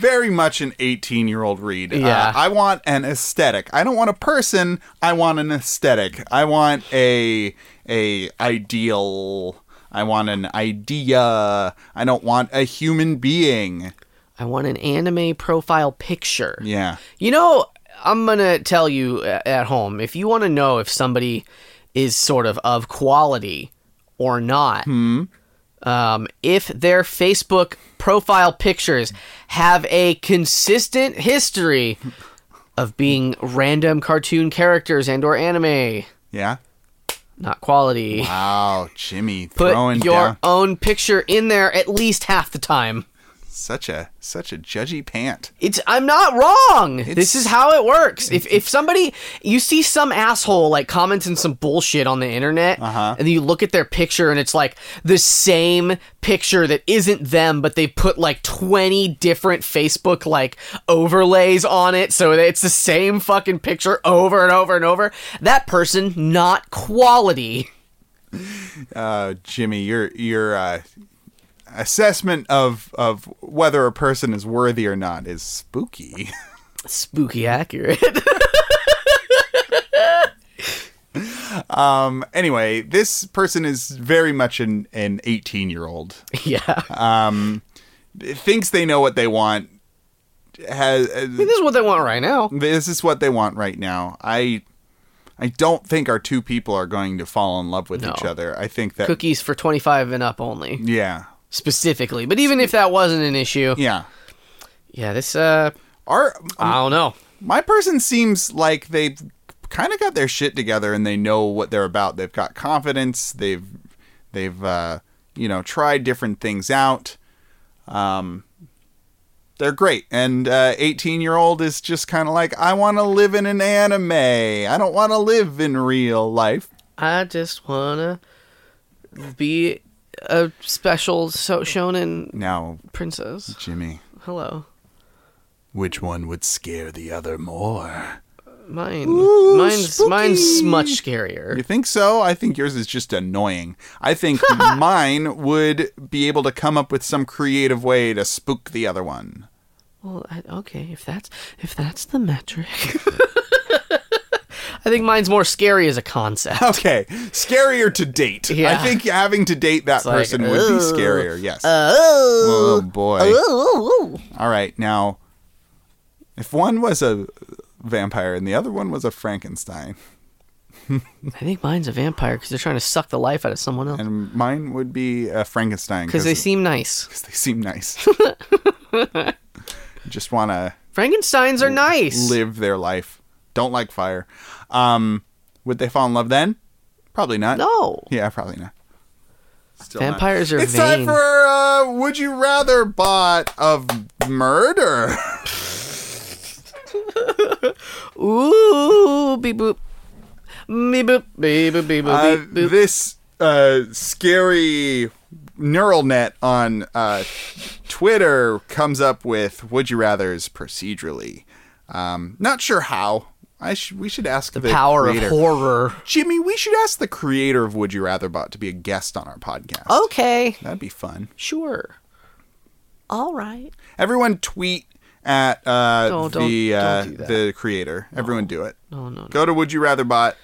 Very much an 18 year old read. Uh, Yeah. I want an aesthetic. I don't want a person. I want an aesthetic. I want a a ideal. I want an idea. I don't want a human being. [LAUGHS] I want an anime profile picture. Yeah. You know, I'm going to tell you a- at home if you want to know if somebody is sort of of quality or not, Hmm. um, if their Facebook profile pictures have a consistent history of being random cartoon characters and or anime, Yeah. not quality. Wow, Jimmy Put throwing your down own picture in there at least half the time. such a such a judgy pant. It's I'm not wrong. this is how it works. If if somebody you see some asshole like commenting some bullshit on the internet and then you look at their picture and it's like the same picture that isn't them but they put like 20 different Facebook like overlays on it so that it's the same fucking picture over and over and over. That person not quality. Uh, Jimmy, you're you're uh, assessment of of whether a person is worthy or not is spooky. Spooky accurate. [LAUGHS] Um, anyway, this person is very much an an eighteen year old. yeah. Thinks they know what they want. Has uh, this is what they want right now. this is what they want right now. I I don't think our two people are going to fall in love with No. each other. I think that Cookies for 25 and up only, yeah specifically. But even if that wasn't an issue, yeah. yeah, this, uh, Our I don't know. my person seems like they've kind of got their shit together and they know what they're about. They've got confidence. They've they've uh, you know tried different things out. Um, they're great. And uh, eighteen year old is just kind of like, I want to live in an anime. I don't want to live in real life. I just wanna be a special so- shonen Now, princess. Jimmy, Hello. which one would scare the other more? Mine. Ooh, mine's mine's spooky. much scarier. You think so? I think yours is just annoying. I [LAUGHS] think mine would be able to come up with some creative way to spook the other one. Well, I, okay, if that's if that's the metric. [LAUGHS] I think mine's more scary as a concept. Okay, scarier to date. Yeah. I think having to date that like, person would be "Ooh, uh, scarier. Yes. Oh. oh boy. Oh. All right. Now, if one was a vampire and the other one was a Frankenstein, I think mine's a vampire because they're trying to suck the life out of someone else. and mine would be a Frankenstein Because they seem nice. 'cause they seem nice. [LAUGHS] just want to Frankenstein's are nice. live their life. Don't like fire. Um, would they fall in love then? Probably not. No. Yeah, probably not. Still not. Vampires are It's time vain. for uh, would you rather bot of [LAUGHS] murder. Ooh, beep boop. Beep boop, beep boop, beep boop, Uh, beep boop. this uh, scary neural net on uh, Twitter comes up with would you rather's procedurally. Um, not sure how. I sh- we should ask the, Power creator. of horror. Jimmy, we should ask the creator of Would You Rather Bot to be a guest on our podcast. Oh. Okay, That'd be fun. sure. All right. Everyone tweet at uh, No, don't- the don't uh, do that. the creator. Everyone do it. No, no, no. Go to Would You Rather Bot,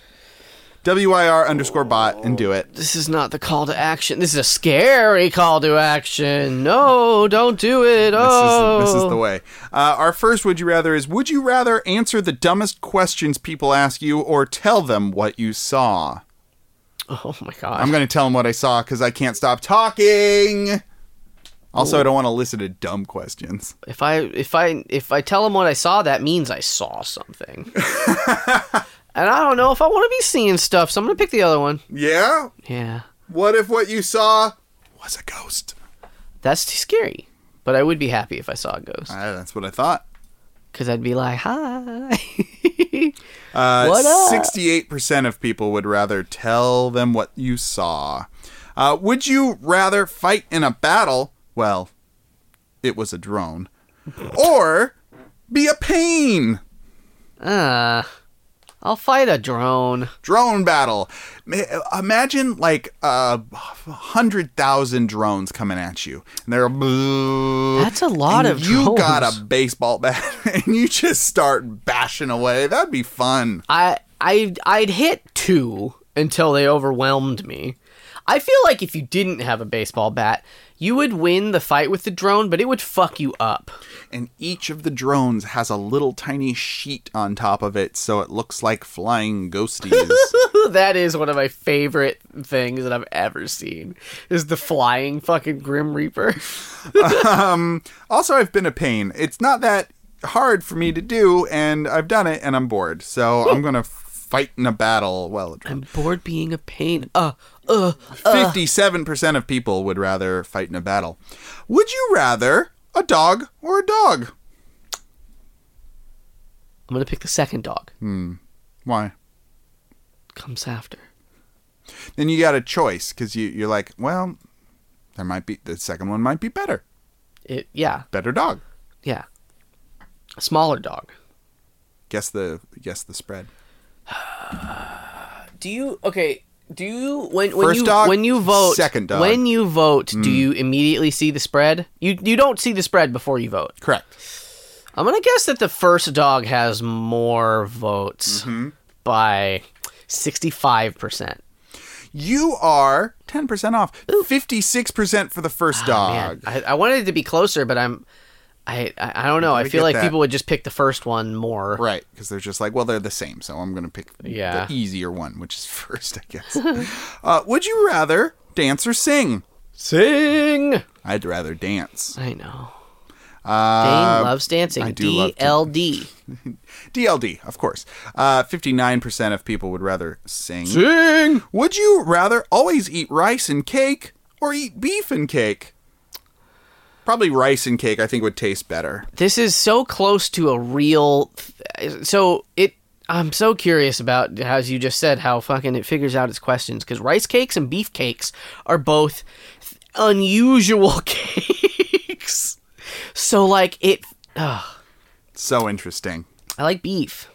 WIR underscore bot, and do it. This is not the call to action. This is a scary call to action. No, don't do it. This Oh, is, this is the way. Uh, our first Would You Rather is Would you rather answer the dumbest questions people ask you or tell them what you saw? Oh my god. I'm going to tell them what I saw because I can't stop talking. Also, I don't want to listen to dumb questions. if I if I if I tell them what I saw, that means I saw [LAUGHS] something. and I don't know if I want to be seeing stuff, so I'm gonna pick the other one. Yeah? Yeah, What if what you saw was a ghost? that's too scary. But I would be happy if I saw a ghost, Uh, that's what I thought. because I'd be like, "Hi." [LAUGHS] What Uh, up? Sixty-eight percent of people would rather tell them what you saw. Uh, would you rather fight in a battle? Well, it was a [LAUGHS] drone, or be a pain uh, I'll fight a drone. drone battle. Ma- Imagine like a hundred thousand drones coming at you, and they're blue. That's a lot and of You got drones. a baseball bat, [LAUGHS] and you just start bashing away. That'd be fun. I I I'd hit two until they overwhelmed me. I feel like if you didn't have a baseball bat, you would win the fight with the drone, but it would fuck you up. [LAUGHS] and each of the drones has a little tiny sheet on top of it so it looks like flying [LAUGHS] ghosties. that is one of my favorite things that I've ever seen. Is the flying fucking Grim Reaper. [LAUGHS] also, I've been a pain. It's not that hard for me to do, and I've done it, and I'm bored. [LAUGHS] So I'm going to fight in a battle. Well, I'm bored being a pain. Uh, uh. 57% of people would rather fight in a battle. Would you rather a dog or a dog? I'm gonna pick the second dog. Why? Comes after. Then you got a choice because you, you're like, well, there might be the second one might be better. It. Yeah. Better dog. Yeah. Smaller dog. Guess the guess the spread. Do you okay? Do you when when First you dog, when you vote second dog. Mm. when you vote do you immediately see the spread? You you don't see the spread before you vote. Correct. I'm gonna guess that the first dog has more votes Mm-hmm. by sixty five percent. You are 10% off. 56% for the first Oh, Man, dog. I, I wanted it to be closer, but I'm I I, I don't know. I gotta feel get like that. people would just pick the first one more. Right, because they're just like, well, they're the same, so I'm going to pick Yeah. the easier one, which is [LAUGHS] first, I guess. uh, would you rather dance or sing? Sing. I'd rather dance. I know. Uh, Dane loves dancing. I do love to- DLD. DLD, of course. Uh, 59% of people would rather sing. Sing. Would you rather always eat rice and cake or eat beef and cake? Probably rice and cake, I think, would taste better. This is so close to a real. So it. I'm so curious about how as you just said how fucking it figures out its questions because rice cakes and beef cakes are both unusual [LAUGHS] cakes. So like it. ugh. So interesting. I like beef.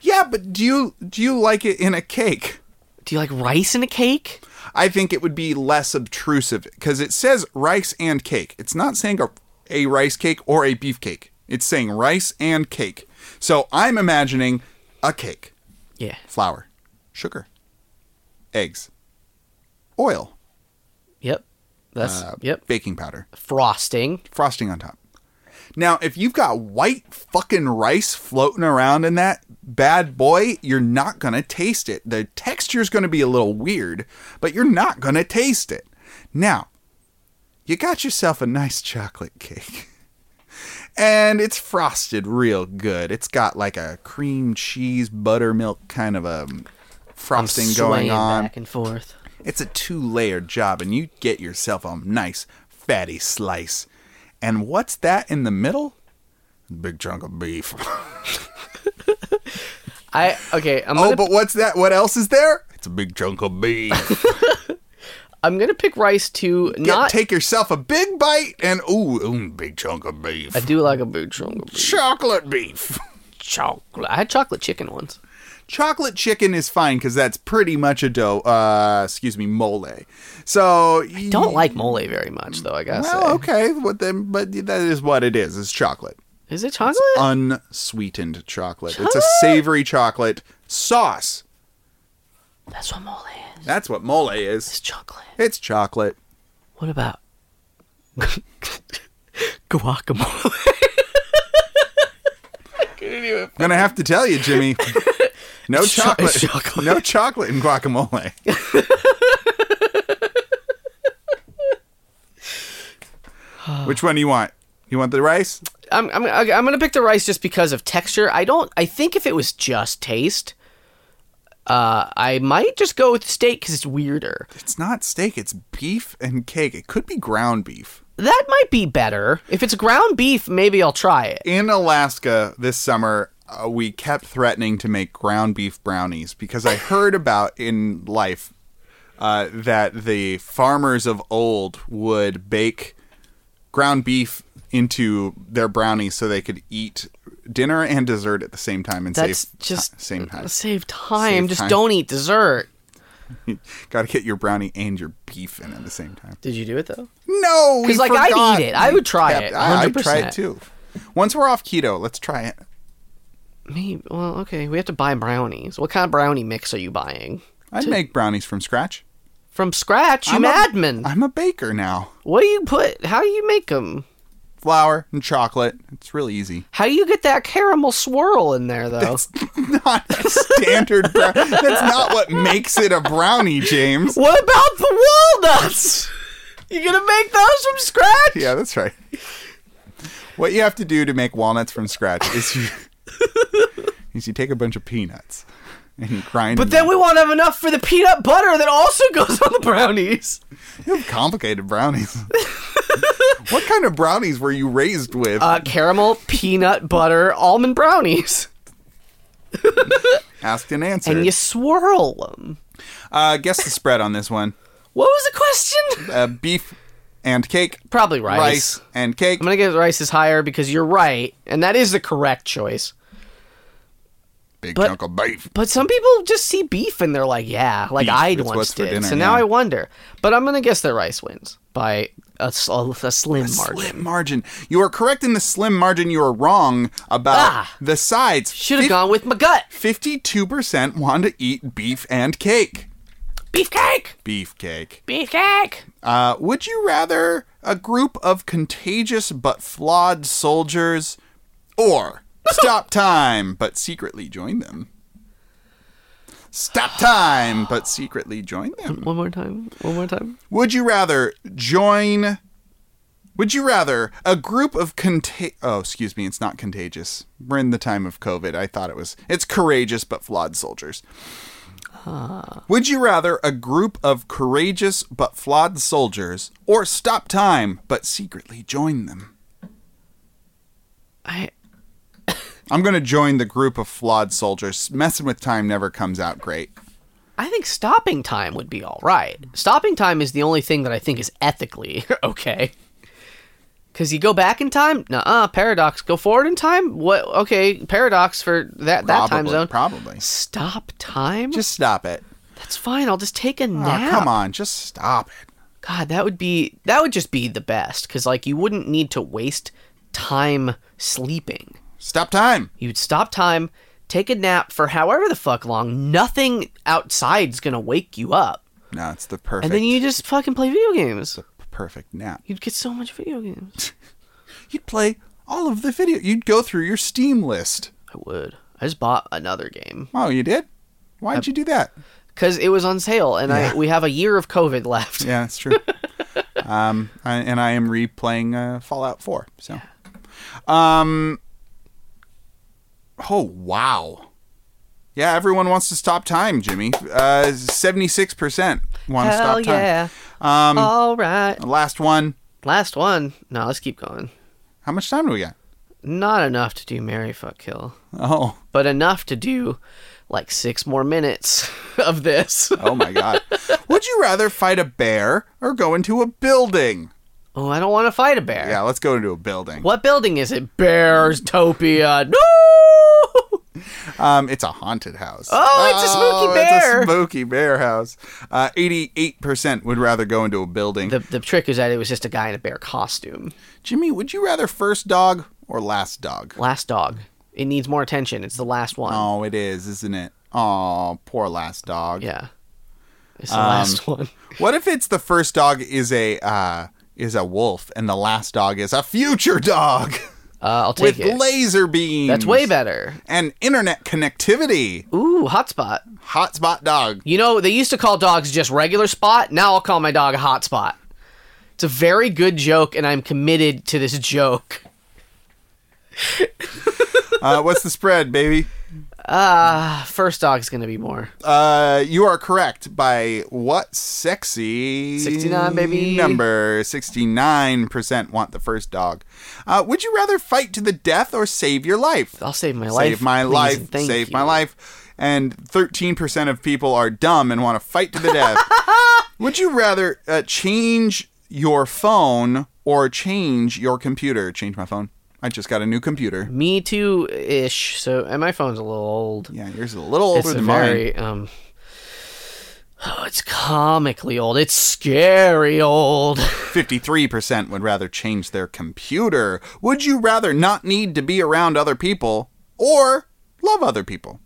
Yeah, but do you do you like it in a cake? Do you like rice in a cake? I think it would be less obtrusive because it says rice and cake. It's not saying a, a rice cake or a beef cake. It's saying rice and cake. So I'm imagining a cake, Yeah. flour, sugar, eggs, oil, Yep. That's uh, yep. baking powder, Frosting. frosting on top. Now, if you've got white fucking rice floating around in that bad boy, you're not going to taste it. The texture's going to be a little weird, but you're not going to taste it. Now, you got yourself a nice chocolate cake. And it's frosted real good. It's got like a cream cheese buttermilk kind of a frosting going swaying on. back and forth. It's a two layered job, and you get yourself a nice fatty slice. And what's that in the middle? Big chunk of beef. [LAUGHS] I okay. I'm oh, gonna but what's that? What else is there? It's a big chunk of [LAUGHS] beef. I'm gonna pick rice too. Get- Not take yourself a big bite and ooh, ooh big chunk of beef. I do like a boot chunk of Chocolate beef. [LAUGHS] chocolate. I had chocolate chicken once. Chocolate chicken is fine because that's pretty much a dough. Uh, excuse me, mole. So I Don't like mole very much though. I gotta say. Well, okay, what then? But that is what it is. It's um, chocolate. Is it chocolate? unsweetened chocolate. It's a savory chocolate sauce. That's what mole is. That's what mole is. It's chocolate. It's chocolate. What about [LAUGHS] guacamole? I'm gonna have to tell you, Jimmy. No cho- chocolate. it's chocolate. No chocolate in guacamole. Which one do you want? You want the rice? I'm I'm I'm gonna pick the rice just because of texture. I don't. I think if it was just taste, uh, I might just go with steak because it's weirder. It's not steak. It's beef and cake. It could be ground beef. That might be better. If it's ground beef, maybe I'll try it. in Alaska this summer, uh, we kept threatening to make ground beef brownies because I heard about in life uh, that the farmers of old would bake ground beef into their brownies so they could eat dinner and dessert at the same time and That's save just same time. Save time. Save just time. don't eat dessert. Got to get your brownie and your beef in at the same time. Did you do it though? No, we 'Cause, like, I'd forgot. eat it. I would try Kept- it, I- I'd try it 100%. too. Once we're off keto, let's try it. Me? Well, okay. We have to buy brownies. What kind of brownie mix are you buying? I'd make brownies from scratch. From scratch, you I'm a- madman. I'm a baker now. what do you put? How do you make them? flour and chocolate. It's really easy. [LAUGHS] How do you get that caramel swirl in there though? Not a standard brown. That's not what makes it a brownie, James. What about the walnuts? You gonna make those from scratch? Yeah, that's right. What you have to do to make walnuts from scratch is you [LAUGHS] is you take a bunch of peanuts and you grind. But then we won't have enough for the peanut butter that also [LAUGHS] goes on the brownies. you have complicated brownies. [LAUGHS] what kind of brownies were you raised with? Uh, caramel, peanut butter, almond brownies, Asked and answered. and you swirl them. uh, guess the spread on this one: What was the question? [LAUGHS] uh, beef and cake, Probably rice. rice and cake. I'm gonna get rice is higher because you're right, and that is the correct choice. Big But- chunk of beef. But some people just see beef and they're like, yeah, like Beef, I it's once what's for did. dinner, so now yeah. I wonder. But I'm gonna guess that Rice wins by a, s- a slim margin. Slim margin. You are correct in the slim margin. You are wrong about Ah. the sides. Should have gone with my gut. Fifty-two percent want to eat beef and cake. Beefcake. Beefcake. Beefcake. Uh, would you rather a group of contagious but flawed soldiers, [LAUGHS] or stop time but secretly join them? Stop time but secretly join them. One more time. One more time. Would you rather join? Would you rather a group of conta- Oh, excuse me, it's not contagious. We're in the time of COVID. I thought it was. It's courageous but flawed soldiers. Would you rather a group of courageous but flawed soldiers, or stop time but secretly join them? I I'm gonna join the group of flawed soldiers. Messing with time never comes out great. I think stopping time would be all right. Stopping time is the only thing that I think is ethically [LAUGHS] okay. Cause you go back in time, nah, uh, paradox. Go forward in time, what? Okay, paradox for that that time Probably- zone. probably. Stop time. Just stop it. That's fine. I'll just take a Oh, nap. come on, just stop it. God, that would be that would just be the best because like you wouldn't need to waste time sleeping. Stop time. You'd stop time, take a nap for however the fuck long. Nothing outside's gonna wake you up, No, it's the perfect. and then you just fucking play video games. perfect nap. You'd get so much video games. You'd play all of the video. You'd go through your Steam list. I would. I just bought another game Oh, you did? Why'd you do that? because it was on sale, and I we have a year of COVID [LAUGHS] left. Yeah, that's true. um, I, and I am replaying uh, Fallout 4. So, um, oh wow, yeah, everyone wants to stop time, Jimmy. Uh, Seventy-six percent want to Hell stop time. yeah! Um, all right. last one. Last one. No, let's keep going. How much time do we got? Not enough to do Mary Fuck Kill. Oh, but enough to do like six more minutes [LAUGHS] of this. oh my [LAUGHS] God. Would you rather fight a bear or go into a building? Oh, I don't want to fight a bear. Yeah, let's go into a building. What building is it? Bears Topia. No! Um, it's a haunted house. Oh, it's a spooky it's a bear. spooky bear house. Uh, 88% would rather go into a building. The, the trick is that it was just a guy in a bear costume. Jimmy, would you rather first dog or last dog? Last dog. It needs more attention. It's the last one. Oh, it is, isn't it? Oh, poor last dog. Yeah. It's the last Um, one. [LAUGHS] What if it's the first dog is a uh, is a wolf and the last dog is a future dog Uh, I'll with take it. laser beams? That's way better. And internet connectivity. Ooh, hotspot. Hotspot dog. You know, they used to call dogs just regular spot. Now I'll call my dog a hot spot. It's a very good joke, and I'm committed to this joke. Uh, what's the spread, baby? Uh, First dog's gonna be more. Uh, you are correct by what sexy 69, baby. number? Sixty-nine percent want the first dog. Uh, would you rather fight to the death or save your life? I'll save my life. Save my please, life. and thank Save you. my life. And thirteen percent of people are dumb and want to fight to the [LAUGHS] death. would you rather uh, change your phone or change your computer? Change my phone. I just got a new computer. Me too ish. So, and my phone's a little old. Yeah, yours is a little older it's a than mine. very um. [SIGHS] Oh, it's comically old. It's scary old. [LAUGHS] 53% would rather change their computer. Would you rather not need to be around other people or love other people?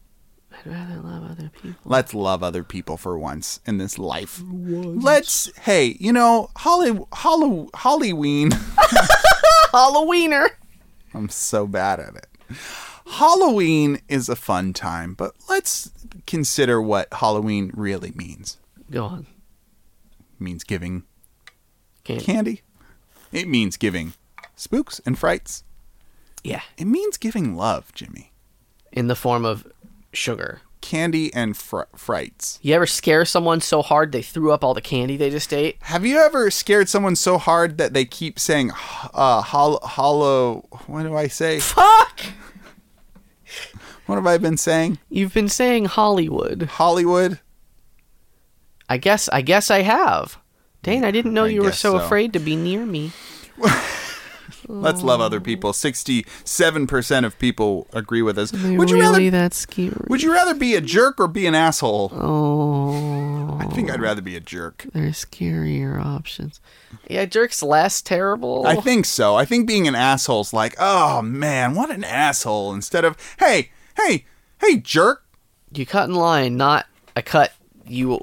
I'd rather love other [LAUGHS] people. Let's love other people for once in this life. Let's, hey, you know, Holly, Hollow, Halloween. [LAUGHS] Halloweener. I'm so bad at it. Halloween is a fun time, but let's consider what Halloween really means. Go on. It means giving Can't. candy, it means giving spooks and frights, Yeah. it means giving love, Jimmy. In the form of sugar. candy and fr- frights. You ever scare someone so hard they threw up all the candy they just ate? Have you ever scared someone so hard that they keep saying uh, hol- hollow? What do I say? Fuck! What have I been saying? You've been saying Hollywood. Hollywood? I guess I guess I have. Dane, I didn't know I you were guess so, so. afraid to be near me. Let's love other people. Sixty-seven percent of people agree with us. Would you really rather? that scary? Would you rather be a jerk or be an asshole? oh, I think I'd rather be a jerk. there's scarier options. Yeah, jerks less terrible. I think so. I think being an asshole's like, oh man, what an asshole. Instead of, hey, hey, hey, jerk. you cut in line, not I cut you uh,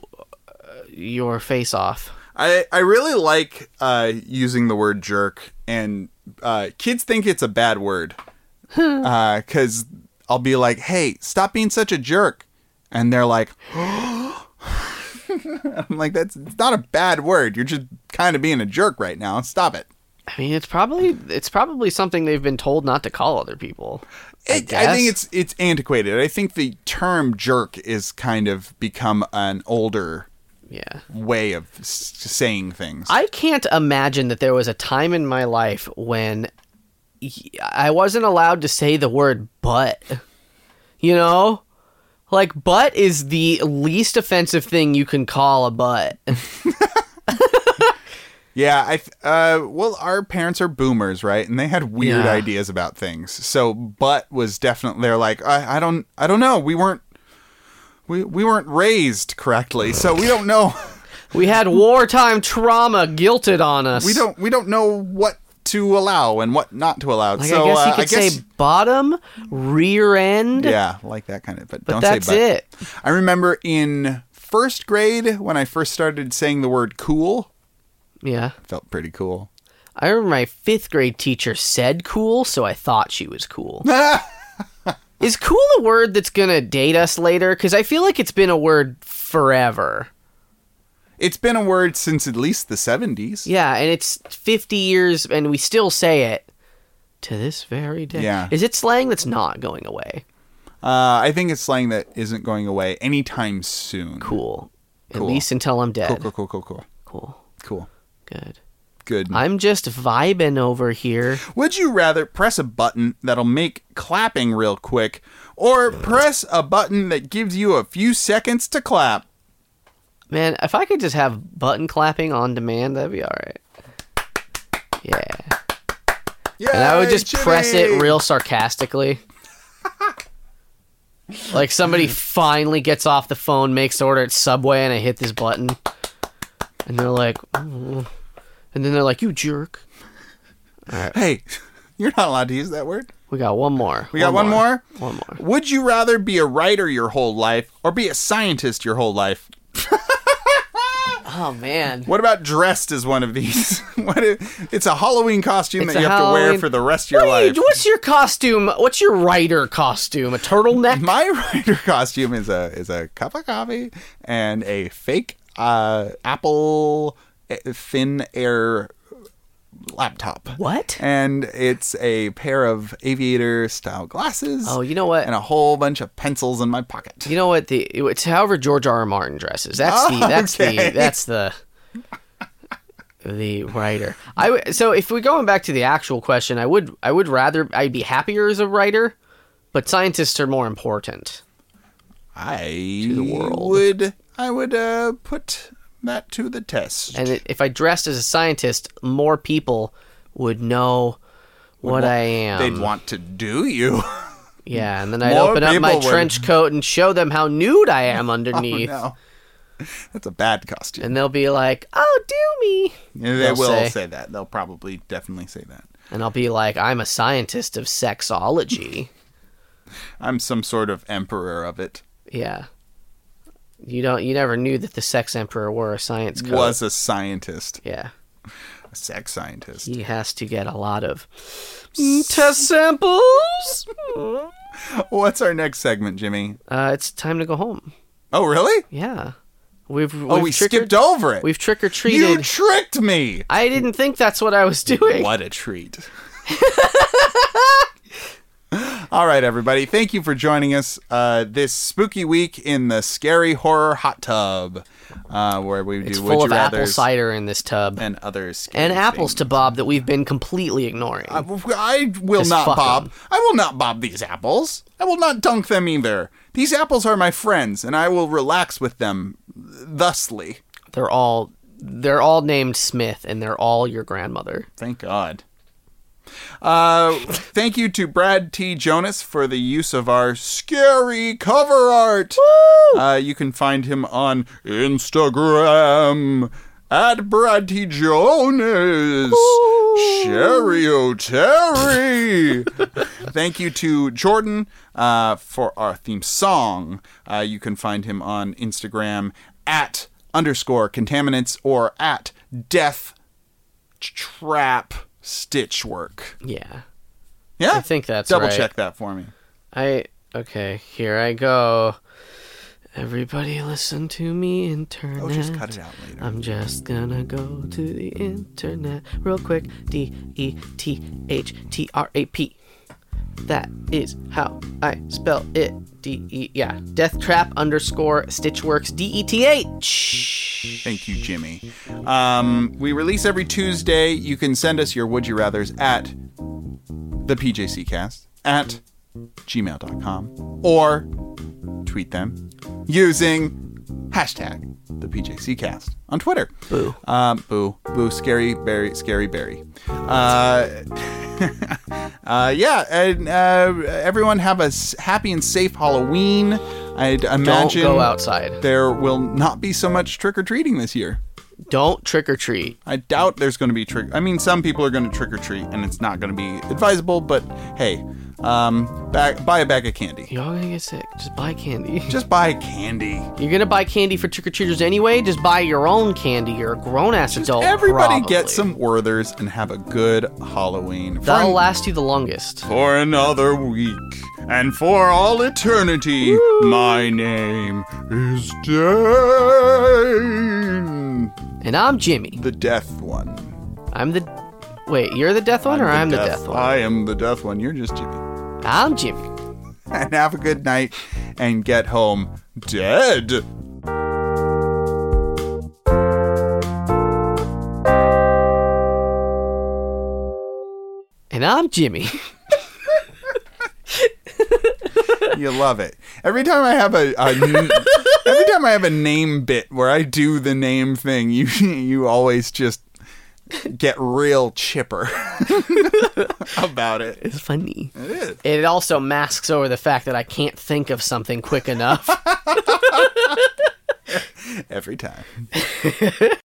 your face off. I, I really like uh, using the word jerk, and uh, kids think it's a bad word. Hmm. Because I'll be like, hey, stop being such a jerk. And they're like, [GASPS] [LAUGHS] I'm like, that's it's not a bad word. You're just kind of being a jerk right now. Stop it. I mean, it's probably it's probably something they've been told not to call other people. I, It, I think guess. it's it's antiquated. I think the term jerk is kind of become an older yeah. way of s- saying things. I can't imagine that there was a time in my life when y- I wasn't allowed to say the word "but." You know, like "butt" is the least offensive thing you can call a butt. yeah, I th- uh, well, our parents are boomers, right? And they had weird Yeah. ideas about things. So, but was definitely they're like, I, I don't, I don't know. We weren't, we we weren't raised correctly, so we don't know. [LAUGHS] we had wartime trauma guilted on us. We don't, we don't know what to allow and what not to allow. Like, so I guess you uh, could say bottom, rear end. yeah, like that kind of. But, don't that's say but. it. I remember in first grade when I first started saying the word cool, Yeah. felt pretty cool. [LAUGHS] I remember my fifth grade teacher said cool, so I thought she was cool. [LAUGHS] Is cool a word that's going to date us later? Because I feel like it's been a word forever. It's been a word since at least the 70s. Yeah, and it's 50 years and we still say it to this very day. Yeah. Is it slang that's not going away? Uh, I think it's slang that isn't going away anytime soon. Cool. Cool. At least until I'm dead. Cool, cool, cool, cool, cool. Cool. Cool. Good. Good. I'm just vibing over here. Would you rather press a button that'll make clapping real quick or press a button that gives you a few seconds to clap? Man, if I could just have button clapping on demand, that'd be all right. Yeah. Yeah. And I would just press it real sarcastically. like somebody finally gets off the phone, makes the order at Subway, and I hit this button. And they're like, "Mm." and then they're like, you jerk. Hey, [LAUGHS] you're not allowed to use that word. We got one more. We got one more. One more. Would you rather be a writer your whole life or be a scientist your whole life? Oh, man. What about dressed as one of these? [LAUGHS] what if, it's a Halloween costume It's that a you have to wear Halloween- for the rest of your Hey, life. what's your costume? What's your writer costume? A turtleneck? My [LAUGHS] writer costume is a is a cup of coffee and a fake uh, Apple eh, thin air laptop. What? And it's a pair of aviator style glasses. Oh, you know what? And a whole bunch of pencils in my pocket. You know what the it's however George R. R. Martin dresses. That's the that's Oh, Okay. the that's the the writer. I w- so if we're going back to the actual question, I would I would rather I'd be happier as a writer, but scientists are more important. I world. would I would uh, put that to the test. And it, if I dressed as a scientist, more people would know what I am. They'd want to do you. [LAUGHS] yeah, and then I'd more open up my people would. Oh, trench coat and show them how nude [LAUGHS] I am underneath. no. That's a bad costume. And they'll be like, "Oh, do me." Yeah, they they'll will say. say- that. They'll probably definitely say that. And I'll be like, "I'm a scientist of sexology." I'm some sort of emperor of it. Yeah. You don't you never knew that the sex emperor wore a science coat. Was a scientist, Yeah. a sex scientist. He has to get a lot of Mm, test samples. Oh, What's our next segment, Jimmy? Uh, it's time to go home. Oh, really? Yeah. We've, we've Oh, we trick skipped over it. We've trick or you treated. tricked me. I didn't think that's what I was doing. What a treat. [LAUGHS] All right, everybody. Thank you for joining us uh, this spooky week in the scary horror hot tub, uh, where we do It's would full you of apple rather cider in this tub. And, and others scary apples to things. Bob that we've been completely ignoring. I, I will Just not fuck bob. 'em. I will not bob these apples. I will not dunk them either. These apples are my friends, and I will relax with them thusly. they're all they're all named Smith and they're all your grandmother. Thank God. Uh, thank you to Brad T. Jonas for the use of our scary cover art. Uh, you can find him on Instagram at Brad T. Jonas. Sherry O'Terry. [LAUGHS] Thank you to Jordan uh, for our theme song. Uh, you can find him on Instagram at underscore contaminants or at death trap stitch work. Yeah. Yeah, I think that's double right. check that for me. I okay. Here I go. Everybody, listen to me, internet. Oh, just cut it out later. I'm just gonna go to the internet real quick. D E T H T R A P. That is how I spell it. D E yeah. Death trap underscore stitchworks. D E T H. Thank you, Jimmy. Um, we release every Tuesday. You can send us your would you rather's at the PJCcast at gmail.com or tweet them using hashtag the PJCcast on Twitter. Boo. Um, boo. Boo. Scary Berry. Scary Berry. Uh, [LAUGHS] uh, yeah. And uh, everyone have a s- happy and safe Halloween. I'd Don't imagine go outside. there will not be so much trick or treating this year. Don't trick or treat. I doubt there's going to be trick. I mean, some people are going to trick or treat, and it's not going to be advisable. But hey, um, back, buy a bag of candy. Y'all gonna get sick. Just buy candy. [LAUGHS] Just buy candy. You're gonna buy candy for trick or treaters anyway. Just buy your own candy. You're a grown ass adult. Everybody probably. get some Werthers and have a good Halloween. For, That'll an- last you the longest. for another week and for all eternity, my name is Dane, And I'm Jimmy. the death one. I'm the. Wait, you're the death one, or I'm the death one. I am the death one. You're just Jimmy. I'm Jimmy. [LAUGHS] and have a good night and get home dead. And I'm Jimmy. [LAUGHS] You love it. Every time I have a, a n- every time I have a name bit where I do the name thing, you you always just get real chipper [LAUGHS] about [LAUGHS] it. It's funny. It is. It also masks over the fact that I can't think of something quick enough. Every time.